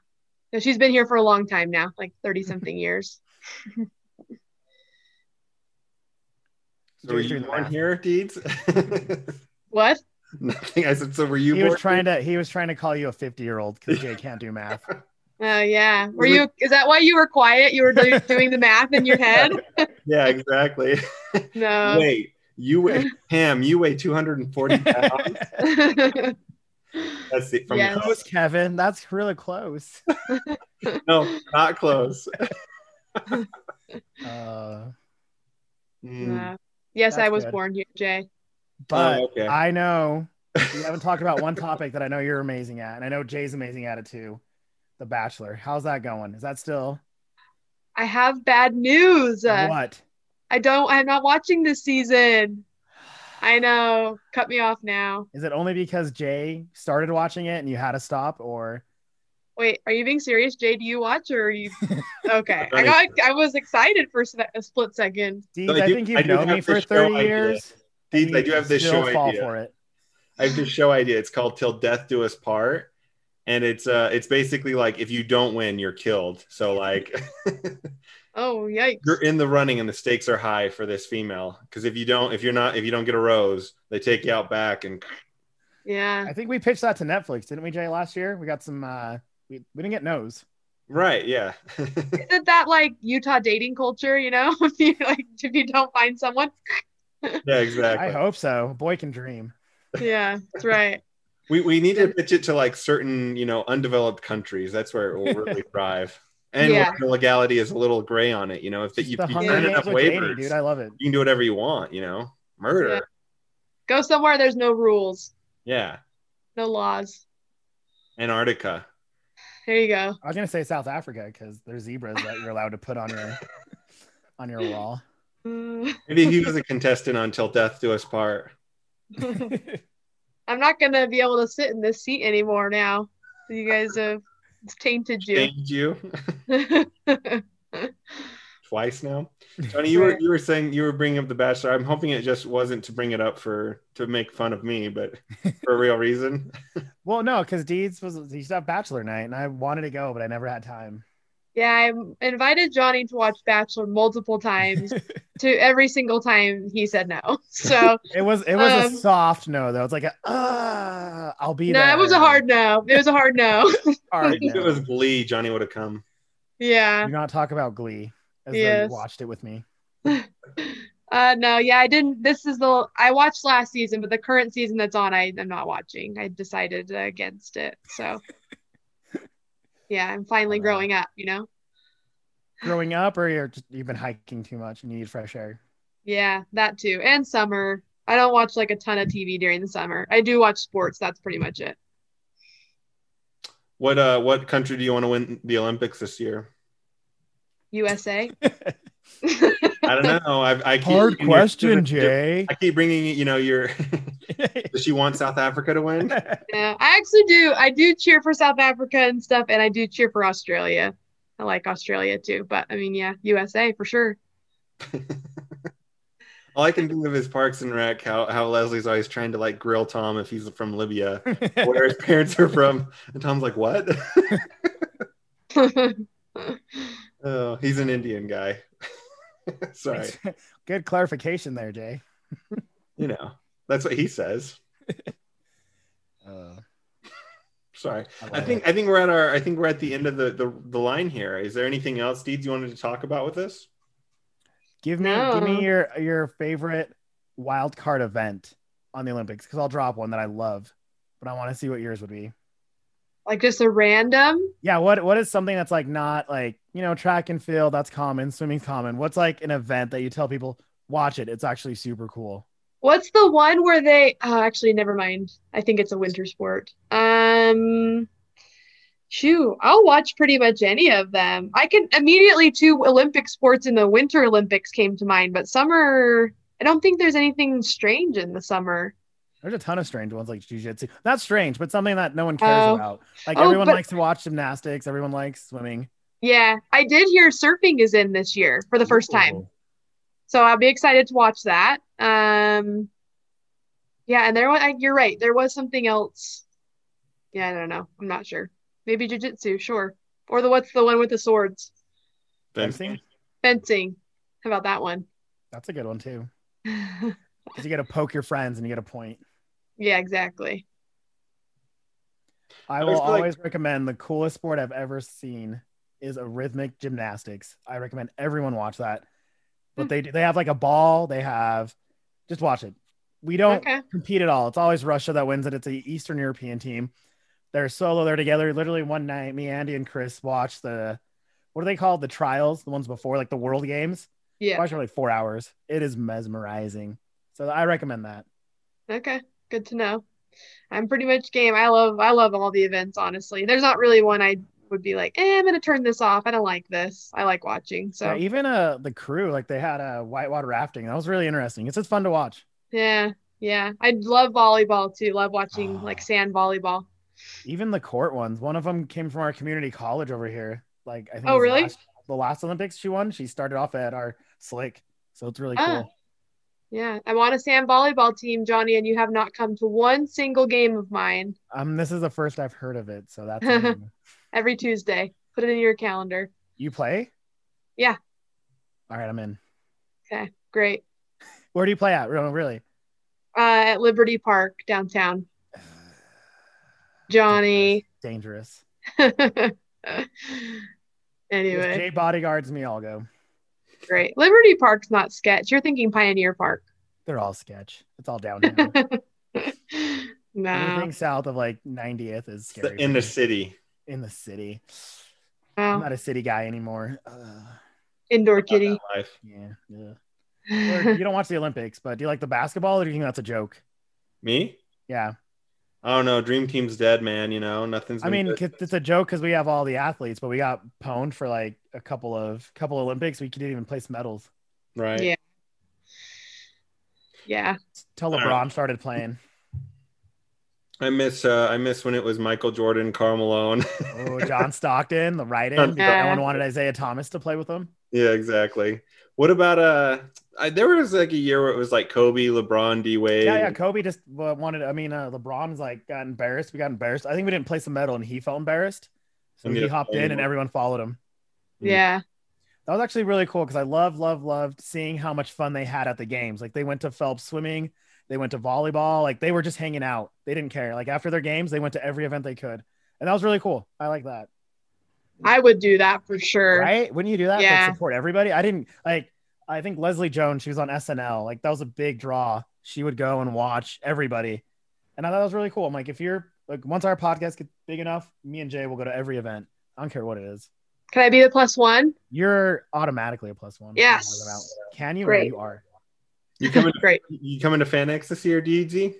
Speaker 2: So she's been here for a long time now, like 30 something years.
Speaker 1: So were
Speaker 3: Just
Speaker 1: you
Speaker 3: doing the
Speaker 1: born
Speaker 3: math.
Speaker 1: here, Deeds?
Speaker 2: What?
Speaker 1: Nothing. I said. So were you?
Speaker 3: He was
Speaker 1: born
Speaker 3: trying to he was trying to call you a 50 year old because Jay can't do math.
Speaker 2: Oh yeah. Were
Speaker 1: We-
Speaker 2: you is that why you were quiet? You were do- doing the math in your head?
Speaker 1: Yeah, exactly.
Speaker 2: No.
Speaker 1: Wait, you weigh Pam. You weigh 240 pounds. That's it. From
Speaker 2: Yes.
Speaker 3: Close, Kevin. That's really close.
Speaker 1: no, not close.
Speaker 3: Uh,
Speaker 1: Oh, Mm.
Speaker 2: No. Uh, Yes, I
Speaker 3: That's
Speaker 2: was
Speaker 3: good.
Speaker 2: born here, Jay.
Speaker 3: but
Speaker 1: oh, okay.
Speaker 3: I know we haven't talked about one topic that I know you're amazing at, and I know Jay's amazing at it too. The Bachelor. How's that going? Is that still
Speaker 2: I have bad news.
Speaker 3: what?
Speaker 2: I don't. I'm not watching this season. I know. Cut me off now.
Speaker 3: Is it only because Jay started watching it and you had to stop, or
Speaker 2: Wait, are you being serious, Jay? Do you watch or are you? Okay, I
Speaker 1: Funny.
Speaker 2: got. I was excited for se- a split second.
Speaker 3: Deez,
Speaker 1: So I
Speaker 3: I,
Speaker 1: do-
Speaker 3: think
Speaker 1: I
Speaker 3: you've
Speaker 1: do
Speaker 3: known
Speaker 1: have
Speaker 3: me
Speaker 1: this
Speaker 3: for
Speaker 1: show
Speaker 3: 30
Speaker 1: idea.
Speaker 3: years.
Speaker 1: Deeds,
Speaker 3: and
Speaker 1: I
Speaker 3: you
Speaker 1: do have this
Speaker 3: still
Speaker 1: show
Speaker 3: fall
Speaker 1: idea.
Speaker 3: for it.
Speaker 1: I have this show idea. It's called "Till Death Do Us Part," and it's uh, it's basically like if you don't win, you're killed. So like,
Speaker 2: Oh yikes!
Speaker 1: you're in the running, and the stakes are high for this female. Because if you don't, if you're not, if you don't get a rose, they take you out back, and
Speaker 2: Yeah,
Speaker 3: I think we pitched that to Netflix, didn't we, Jay? Last year we got some. uh We, we didn't get no's.
Speaker 1: Right. Yeah.
Speaker 2: Isn't that like Utah dating culture? You know, if you like, if you don't find someone,
Speaker 1: yeah. Exactly.
Speaker 3: I hope so. Boy can dream.
Speaker 2: yeah, that's right.
Speaker 1: We, we need to pitch it to like certain, you know, undeveloped countries. That's where it will really thrive. And
Speaker 2: Yeah.
Speaker 1: where the legality is a little gray on it, you know, if that
Speaker 3: Just
Speaker 1: you,
Speaker 3: the
Speaker 1: you
Speaker 3: Hunger
Speaker 1: sign
Speaker 3: Games
Speaker 1: enough
Speaker 3: with Katie,
Speaker 1: waivers,
Speaker 3: dude. I love it.
Speaker 1: you can do whatever you want, you know. Murder.
Speaker 2: Go somewhere there's no rules,
Speaker 1: Yeah.
Speaker 2: no laws.
Speaker 1: Antarctica.
Speaker 2: There you go.
Speaker 3: I was gonna say South Africa because there's zebras that you're allowed to put on your on your wall.
Speaker 2: Mm.
Speaker 1: Maybe he was a contestant on Till Death Do Us Part.
Speaker 2: I'm not gonna be able to sit in this seat anymore now. You guys have it's tainted you.
Speaker 1: Thank you. Twice now. Tony,
Speaker 3: Funny.
Speaker 1: you were
Speaker 2: Right.
Speaker 1: you were saying you were bringing up the Bachelor. I'm hoping it just wasn't to bring it up for to make fun of me, but for a real reason.
Speaker 3: well, no, because Deeds was he used to have Bachelor Night, and I wanted to go, but I never had time.
Speaker 2: Yeah, I invited Johnny to watch Bachelor multiple times. to every single time he said no. So
Speaker 3: It was it was
Speaker 2: Um,
Speaker 3: a soft no though. It's like a uh, I'll be
Speaker 2: no,
Speaker 3: there.
Speaker 2: it was a hard no. It was a hard no.
Speaker 3: Hard
Speaker 1: If
Speaker 3: no.
Speaker 1: it was Glee, Johnny would have come.
Speaker 2: yeah.
Speaker 3: Do not talk about Glee. As though
Speaker 2: Yes.
Speaker 3: you watched it with me.
Speaker 2: Uh no, yeah, I didn't this is the I watched last season, but the current season that's on I am not watching. I decided against it. So Yeah, I'm finally
Speaker 3: Wow.
Speaker 2: growing up, you know.
Speaker 3: Growing up, or you're just, you've been hiking too much and you need fresh air.
Speaker 2: Yeah, that too. And summer. I don't watch like a ton of TV during the summer. I do watch sports, that's pretty much it.
Speaker 1: What uh what country do you want to win the Olympics this year?
Speaker 2: USA.
Speaker 1: I don't know. I, I keep
Speaker 3: Hard
Speaker 1: bringing your-
Speaker 3: question, Jay.
Speaker 1: I keep bringing you know your. does she want South Africa to win?
Speaker 2: Yeah, I actually do. I do cheer for South Africa and stuff, and I do cheer for Australia. I like Australia too, but I mean, yeah, USA for sure.
Speaker 1: All I can think of is Parks and Rec. How how Leslie's always trying to like grill Tom if he's from Libya, where his parents are from, and Tom's like, "What? oh, he's an Indian guy." Sorry,
Speaker 3: Good clarification there, Jay.
Speaker 1: you know that's what he says.
Speaker 3: Uh,
Speaker 1: Sorry, I
Speaker 3: love
Speaker 1: think I think we're at our I think we're at the end of the the, the line here. Is there anything else, Deeds, you wanted to talk about with this?
Speaker 3: Give me
Speaker 2: No.
Speaker 3: give me your your favorite wild card event on the Olympics because I'll drop one that I love, but I want to see what yours would be.
Speaker 2: like just a random.
Speaker 3: Yeah, what what is something that's like not like you know track and field that's common, swimming's common. What's like an event that you tell people watch it? It's actually super cool.
Speaker 2: What's the one where they? Oh, actually, never mind. I think it's a winter sport. Um, shoo, I'll watch pretty much any of them. I can immediately two Olympic sports in the Winter Olympics came to mind, but summer. I don't think there's anything strange in the summer.
Speaker 3: There's a ton of strange ones like jujitsu. Not strange, but something that no one cares
Speaker 2: Oh.
Speaker 3: about. Like
Speaker 2: Oh,
Speaker 3: everyone
Speaker 2: but-
Speaker 3: likes to watch gymnastics. Everyone likes swimming.
Speaker 2: Yeah, I did hear surfing is in this year for the first time.
Speaker 3: Ooh.
Speaker 2: So I'll be excited to watch that. Um, yeah, and there was, you're right, there was something else. Yeah, I don't know. I'm not sure. Maybe jujitsu, sure. Or the what's the one with the swords?
Speaker 3: Fencing.
Speaker 2: Fencing. How about that one?
Speaker 3: That's a good one too. Because you got to poke your friends and you get a point.
Speaker 2: Yeah, exactly.
Speaker 3: I
Speaker 1: I
Speaker 3: will
Speaker 1: feel like-
Speaker 3: always recommend the coolest sport I've ever seen is arrhythmic gymnastics. I recommend everyone watch that. But
Speaker 2: Hmm.
Speaker 3: they they have like a ball. They have just watch it. We don't
Speaker 2: Okay.
Speaker 3: compete at all. It's always Russia that wins it. It's a Eastern European team. They're solo. They're together. Literally one night, me, Andy, and Chris watched the what are they called? The trials, the ones before, like the World Games.
Speaker 2: Yeah.
Speaker 3: Watched it for like four hours. It is mesmerizing. So I recommend that.
Speaker 2: Okay. Good to know. I'm pretty much game. I love I love all the events, honestly. There's not really one I would be like, eh, I'm gonna turn this off. I don't like this. I like watching. So
Speaker 3: Yeah, even uh the crew, like they had a uh, whitewater rafting. That was really interesting. It's just fun to watch.
Speaker 2: Yeah, yeah. I love volleyball too. Love watching
Speaker 3: Ah.
Speaker 2: like sand volleyball.
Speaker 3: Even the court ones. One of them came from our community college over here. Like I think.
Speaker 2: Oh,
Speaker 3: it was
Speaker 2: really?
Speaker 3: last- the last Olympics she won, she started off at our slick. So it's really cool.
Speaker 2: Ah. Yeah, I'm on a sand volleyball team, Johnny, and you have not come to one single game of mine
Speaker 3: Um, this is the first I've heard of it. So that's amazing.
Speaker 2: every Tuesday. Put it in your calendar.
Speaker 3: you play.
Speaker 2: Yeah.
Speaker 3: All right, I'm in.
Speaker 2: Great.
Speaker 3: Where do you play at? No, really.
Speaker 2: Uh, at Liberty Park downtown, Johnny.
Speaker 3: Dangerous.
Speaker 2: yeah,
Speaker 3: If
Speaker 2: Anyway,
Speaker 3: Jay bodyguards me, I'll go.
Speaker 2: great. Liberty Park's not sketch. You're thinking Pioneer Park.
Speaker 3: They're all sketch. It's all downtown.
Speaker 2: no.
Speaker 3: Anything south of like 90th is
Speaker 1: It's the-
Speaker 3: scary.
Speaker 1: in the
Speaker 3: for me.
Speaker 1: city.
Speaker 3: in the city. I'm
Speaker 2: Wow.
Speaker 3: not a city guy anymore. Uh,
Speaker 2: Indoor kitty.
Speaker 1: That life.
Speaker 3: yeah. yeah. Or you don't watch the Olympics, but do you like the basketball or do you think that's a joke?
Speaker 1: Me?
Speaker 3: Yeah.
Speaker 1: I don't know. Dream team's dead, man. You know, nothing's.
Speaker 3: I
Speaker 1: been
Speaker 3: mean,
Speaker 1: good.
Speaker 3: 'cause it's a joke because we have all the athletes, but we got pwned for like a couple of couple Olympics. We didn't even place medals
Speaker 1: right?
Speaker 2: Yeah. yeah.
Speaker 3: till
Speaker 1: All right.
Speaker 3: LeBron started playing.
Speaker 1: I miss. Uh, I miss when it was Michael Jordan, Carl Malone.
Speaker 3: Oh, John Stockton, the right
Speaker 1: John
Speaker 3: end.
Speaker 2: Stockton.
Speaker 3: No one wanted Isaiah Thomas to play with them.
Speaker 1: yeah, exactly. What about uh? I, there was like a year where it was like Kobe, LeBron, D Wade.
Speaker 3: Yeah, yeah. Kobe just uh, wanted. I mean, uh, LeBron's like got embarrassed. We got embarrassed. I think we didn't place a medal, and he felt embarrassed, so
Speaker 1: And he
Speaker 3: he
Speaker 1: didn't
Speaker 3: hopped
Speaker 1: play
Speaker 3: in, and
Speaker 1: anymore.
Speaker 3: everyone followed him.
Speaker 1: Mm.
Speaker 2: Yeah.
Speaker 3: That was actually really cool because I love, love, loved seeing how much fun they had at the games. Like they went to Phelps swimming, they went to volleyball, like they were just hanging out. They didn't care. Like after their games, they went to every event they could, and that was really cool. I like that.
Speaker 2: I would do that for sure.
Speaker 3: Right? Wouldn't you do that?
Speaker 2: Yeah.
Speaker 3: Like support everybody. I didn't like. I think Leslie Jones. She was on SNL. Like that was a big draw. She would go and watch everybody, and I thought that was really cool. I'm like, if you're like, once our podcast gets big enough, me and Jay will go to every event. I don't care what it is.
Speaker 2: Can I be the plus one?
Speaker 3: You're automatically a plus one.
Speaker 2: Yes.
Speaker 3: Can you? Or
Speaker 2: Great.
Speaker 3: you are.
Speaker 1: You coming?
Speaker 2: Great.
Speaker 1: you coming to FanX this year, E DG?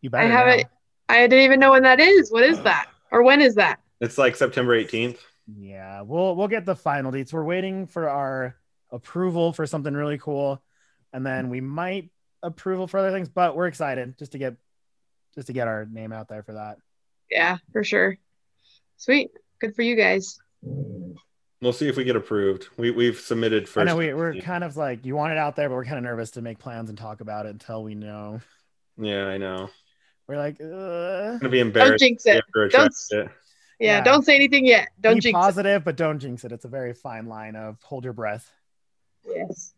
Speaker 3: You better.
Speaker 2: have
Speaker 3: now.
Speaker 2: it- I didn't even know when that is. What is that? Or when is that?
Speaker 1: It's like September 18th.
Speaker 3: Yeah, we'll we'll get the final dates. We're waiting for our approval for something really cool, and then we might approval for other things. But we're excited just to get just to get our name out there for that.
Speaker 2: Yeah, for sure. Sweet. Good for you guys.
Speaker 1: We'll see if we get approved. We we've submitted first.
Speaker 3: I know we, we're
Speaker 1: Yeah.
Speaker 3: kind of like you want it out there, but we're kind of nervous to make plans and talk about it until we know.
Speaker 1: Yeah, I know.
Speaker 3: We're like, uh,
Speaker 1: I'm gonna be
Speaker 2: Don't
Speaker 1: embarrassed.
Speaker 2: jinx it.
Speaker 1: after I
Speaker 2: Don't-
Speaker 1: tried it.
Speaker 2: Yeah,
Speaker 3: Yeah.
Speaker 2: don't say anything yet. Don't
Speaker 3: be
Speaker 2: jinx
Speaker 3: positive, but don't jinx it. It's a very fine line of hold your breath.
Speaker 2: it. Yes.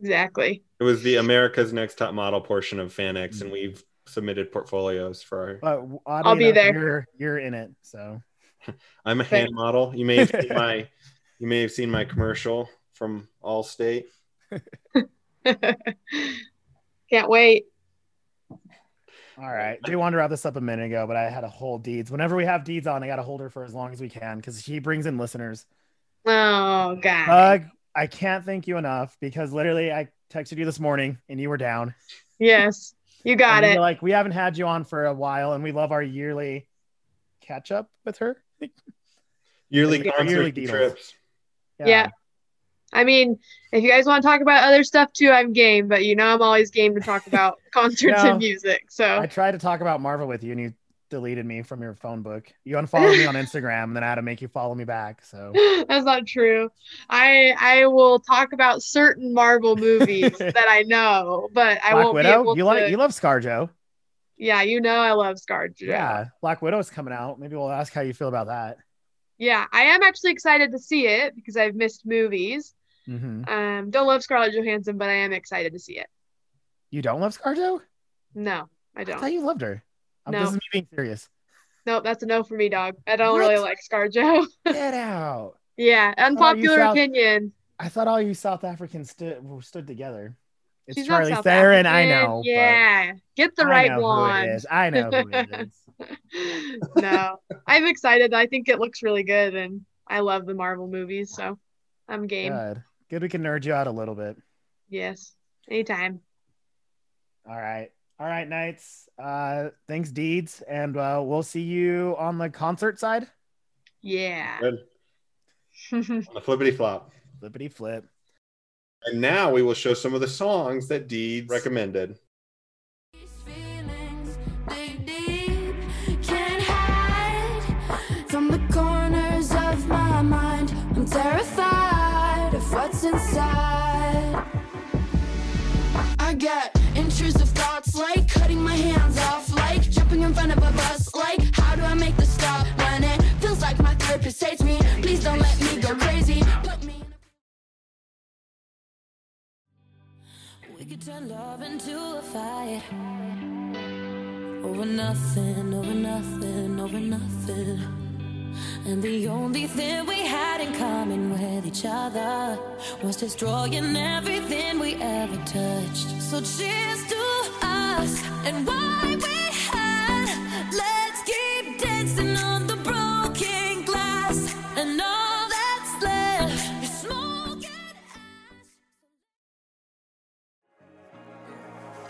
Speaker 2: Exactly.
Speaker 1: It was the America's Next Top Model portion of FanX, and we've submitted portfolios for our.
Speaker 3: But oddly
Speaker 2: I'll be
Speaker 3: enough,
Speaker 2: there.
Speaker 3: You're you're in it, so
Speaker 1: I'm a hand model. You may have seen my, you may have seen my commercial from Allstate.
Speaker 2: Can't wait.
Speaker 3: All right. I do want to wrap this up a minute ago, but I had to hold Deeds. Whenever we have Deeds on, I got to hold her for as long as we can because she brings in listeners.
Speaker 2: Oh god.
Speaker 3: Doug, I can't thank you enough because literally I texted you this morning and you were down.
Speaker 2: yes. You got
Speaker 3: And
Speaker 2: it.
Speaker 3: you're Like we haven't had you on for a while, and we love our yearly catch up with her.
Speaker 1: Yearly
Speaker 3: Yeah,
Speaker 1: concert
Speaker 3: yearly
Speaker 1: and
Speaker 3: deals.
Speaker 1: trips.
Speaker 2: Yeah. I mean, if you guys want to talk about other stuff too, I'm game, but you know I'm always game to talk about concerts
Speaker 3: No.
Speaker 2: and music. So
Speaker 3: I tried to talk about Marvel with you, and you deleted me from your phone book. You unfollowed me on Instagram, and then I had to make you follow me back. So
Speaker 2: that's not true. I I will talk about certain Marvel movies that I know, but I
Speaker 3: Black
Speaker 2: won't be
Speaker 3: Widow,
Speaker 2: able
Speaker 3: you
Speaker 2: to.
Speaker 3: like you love ScarJo.
Speaker 2: yeah, you know I love Scar.
Speaker 3: Yeah, Black Widow's coming out. Maybe we'll ask how you feel about that.
Speaker 2: Yeah, I am actually excited to see it because I've missed movies.
Speaker 3: Mhm.
Speaker 2: Um, don't love Scarlett Johansson, but I am excited to see it.
Speaker 3: You don't love ScarJo?
Speaker 2: No, I
Speaker 3: I thought
Speaker 2: don't.
Speaker 3: you loved her. Um, This
Speaker 2: No.
Speaker 3: is me being serious.
Speaker 2: No, that's a no for me, dog. I don't
Speaker 3: What?
Speaker 2: really like ScarJo.
Speaker 3: Get out.
Speaker 2: yeah, unpopular
Speaker 3: sound-
Speaker 2: opinion.
Speaker 3: I thought all you South Africans stood were- stood together. It's
Speaker 2: She's not
Speaker 3: Charlie
Speaker 2: South
Speaker 3: Theron. I
Speaker 2: African.
Speaker 3: know. but
Speaker 2: Yeah, get the
Speaker 3: I
Speaker 2: right
Speaker 3: know who it
Speaker 2: one.
Speaker 3: is. I know who it is.
Speaker 2: no, I'm excited. I think it looks really good, and I love the Marvel movies, so I'm game.
Speaker 3: Good. Good. We can nerd you out a little bit.
Speaker 2: Yes, anytime.
Speaker 3: All right. All right, Knights. Uh, thanks, Deeds. And uh, we'll see you on the concert side.
Speaker 2: Yeah.
Speaker 1: Good. On the flippity flop.
Speaker 3: Flippity flip.
Speaker 1: And now we will show some of the songs that Deeds recommended.
Speaker 4: These feelings dig deep, can't hide from the corners of my mind. I'm terrified of what's inside. I get intrusive thoughts like cutting my hands off, like jumping in front of a bus, like how do I make the stop when it feels like my therapist hates me? Please don't let me go crazy. Put me in a We could turn love into a fight. Over nothing, over nothing, over nothing. And the only thing we had in common with each other was destroying everything we ever touched. So cheers to us and why we had. Let's keep dancing on the broken glass. And all that's left is smoke and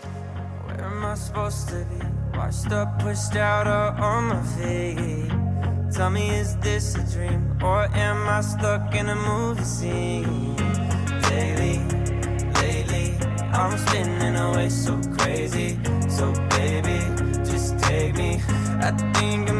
Speaker 4: ash.
Speaker 5: Where am I supposed to be? Washed up, pushed out, or on my feet? Tell me, is this a dream, or am I stuck in a movie scene? Lately, lately, I'm spinning away so crazy. So, baby, just take me. I think I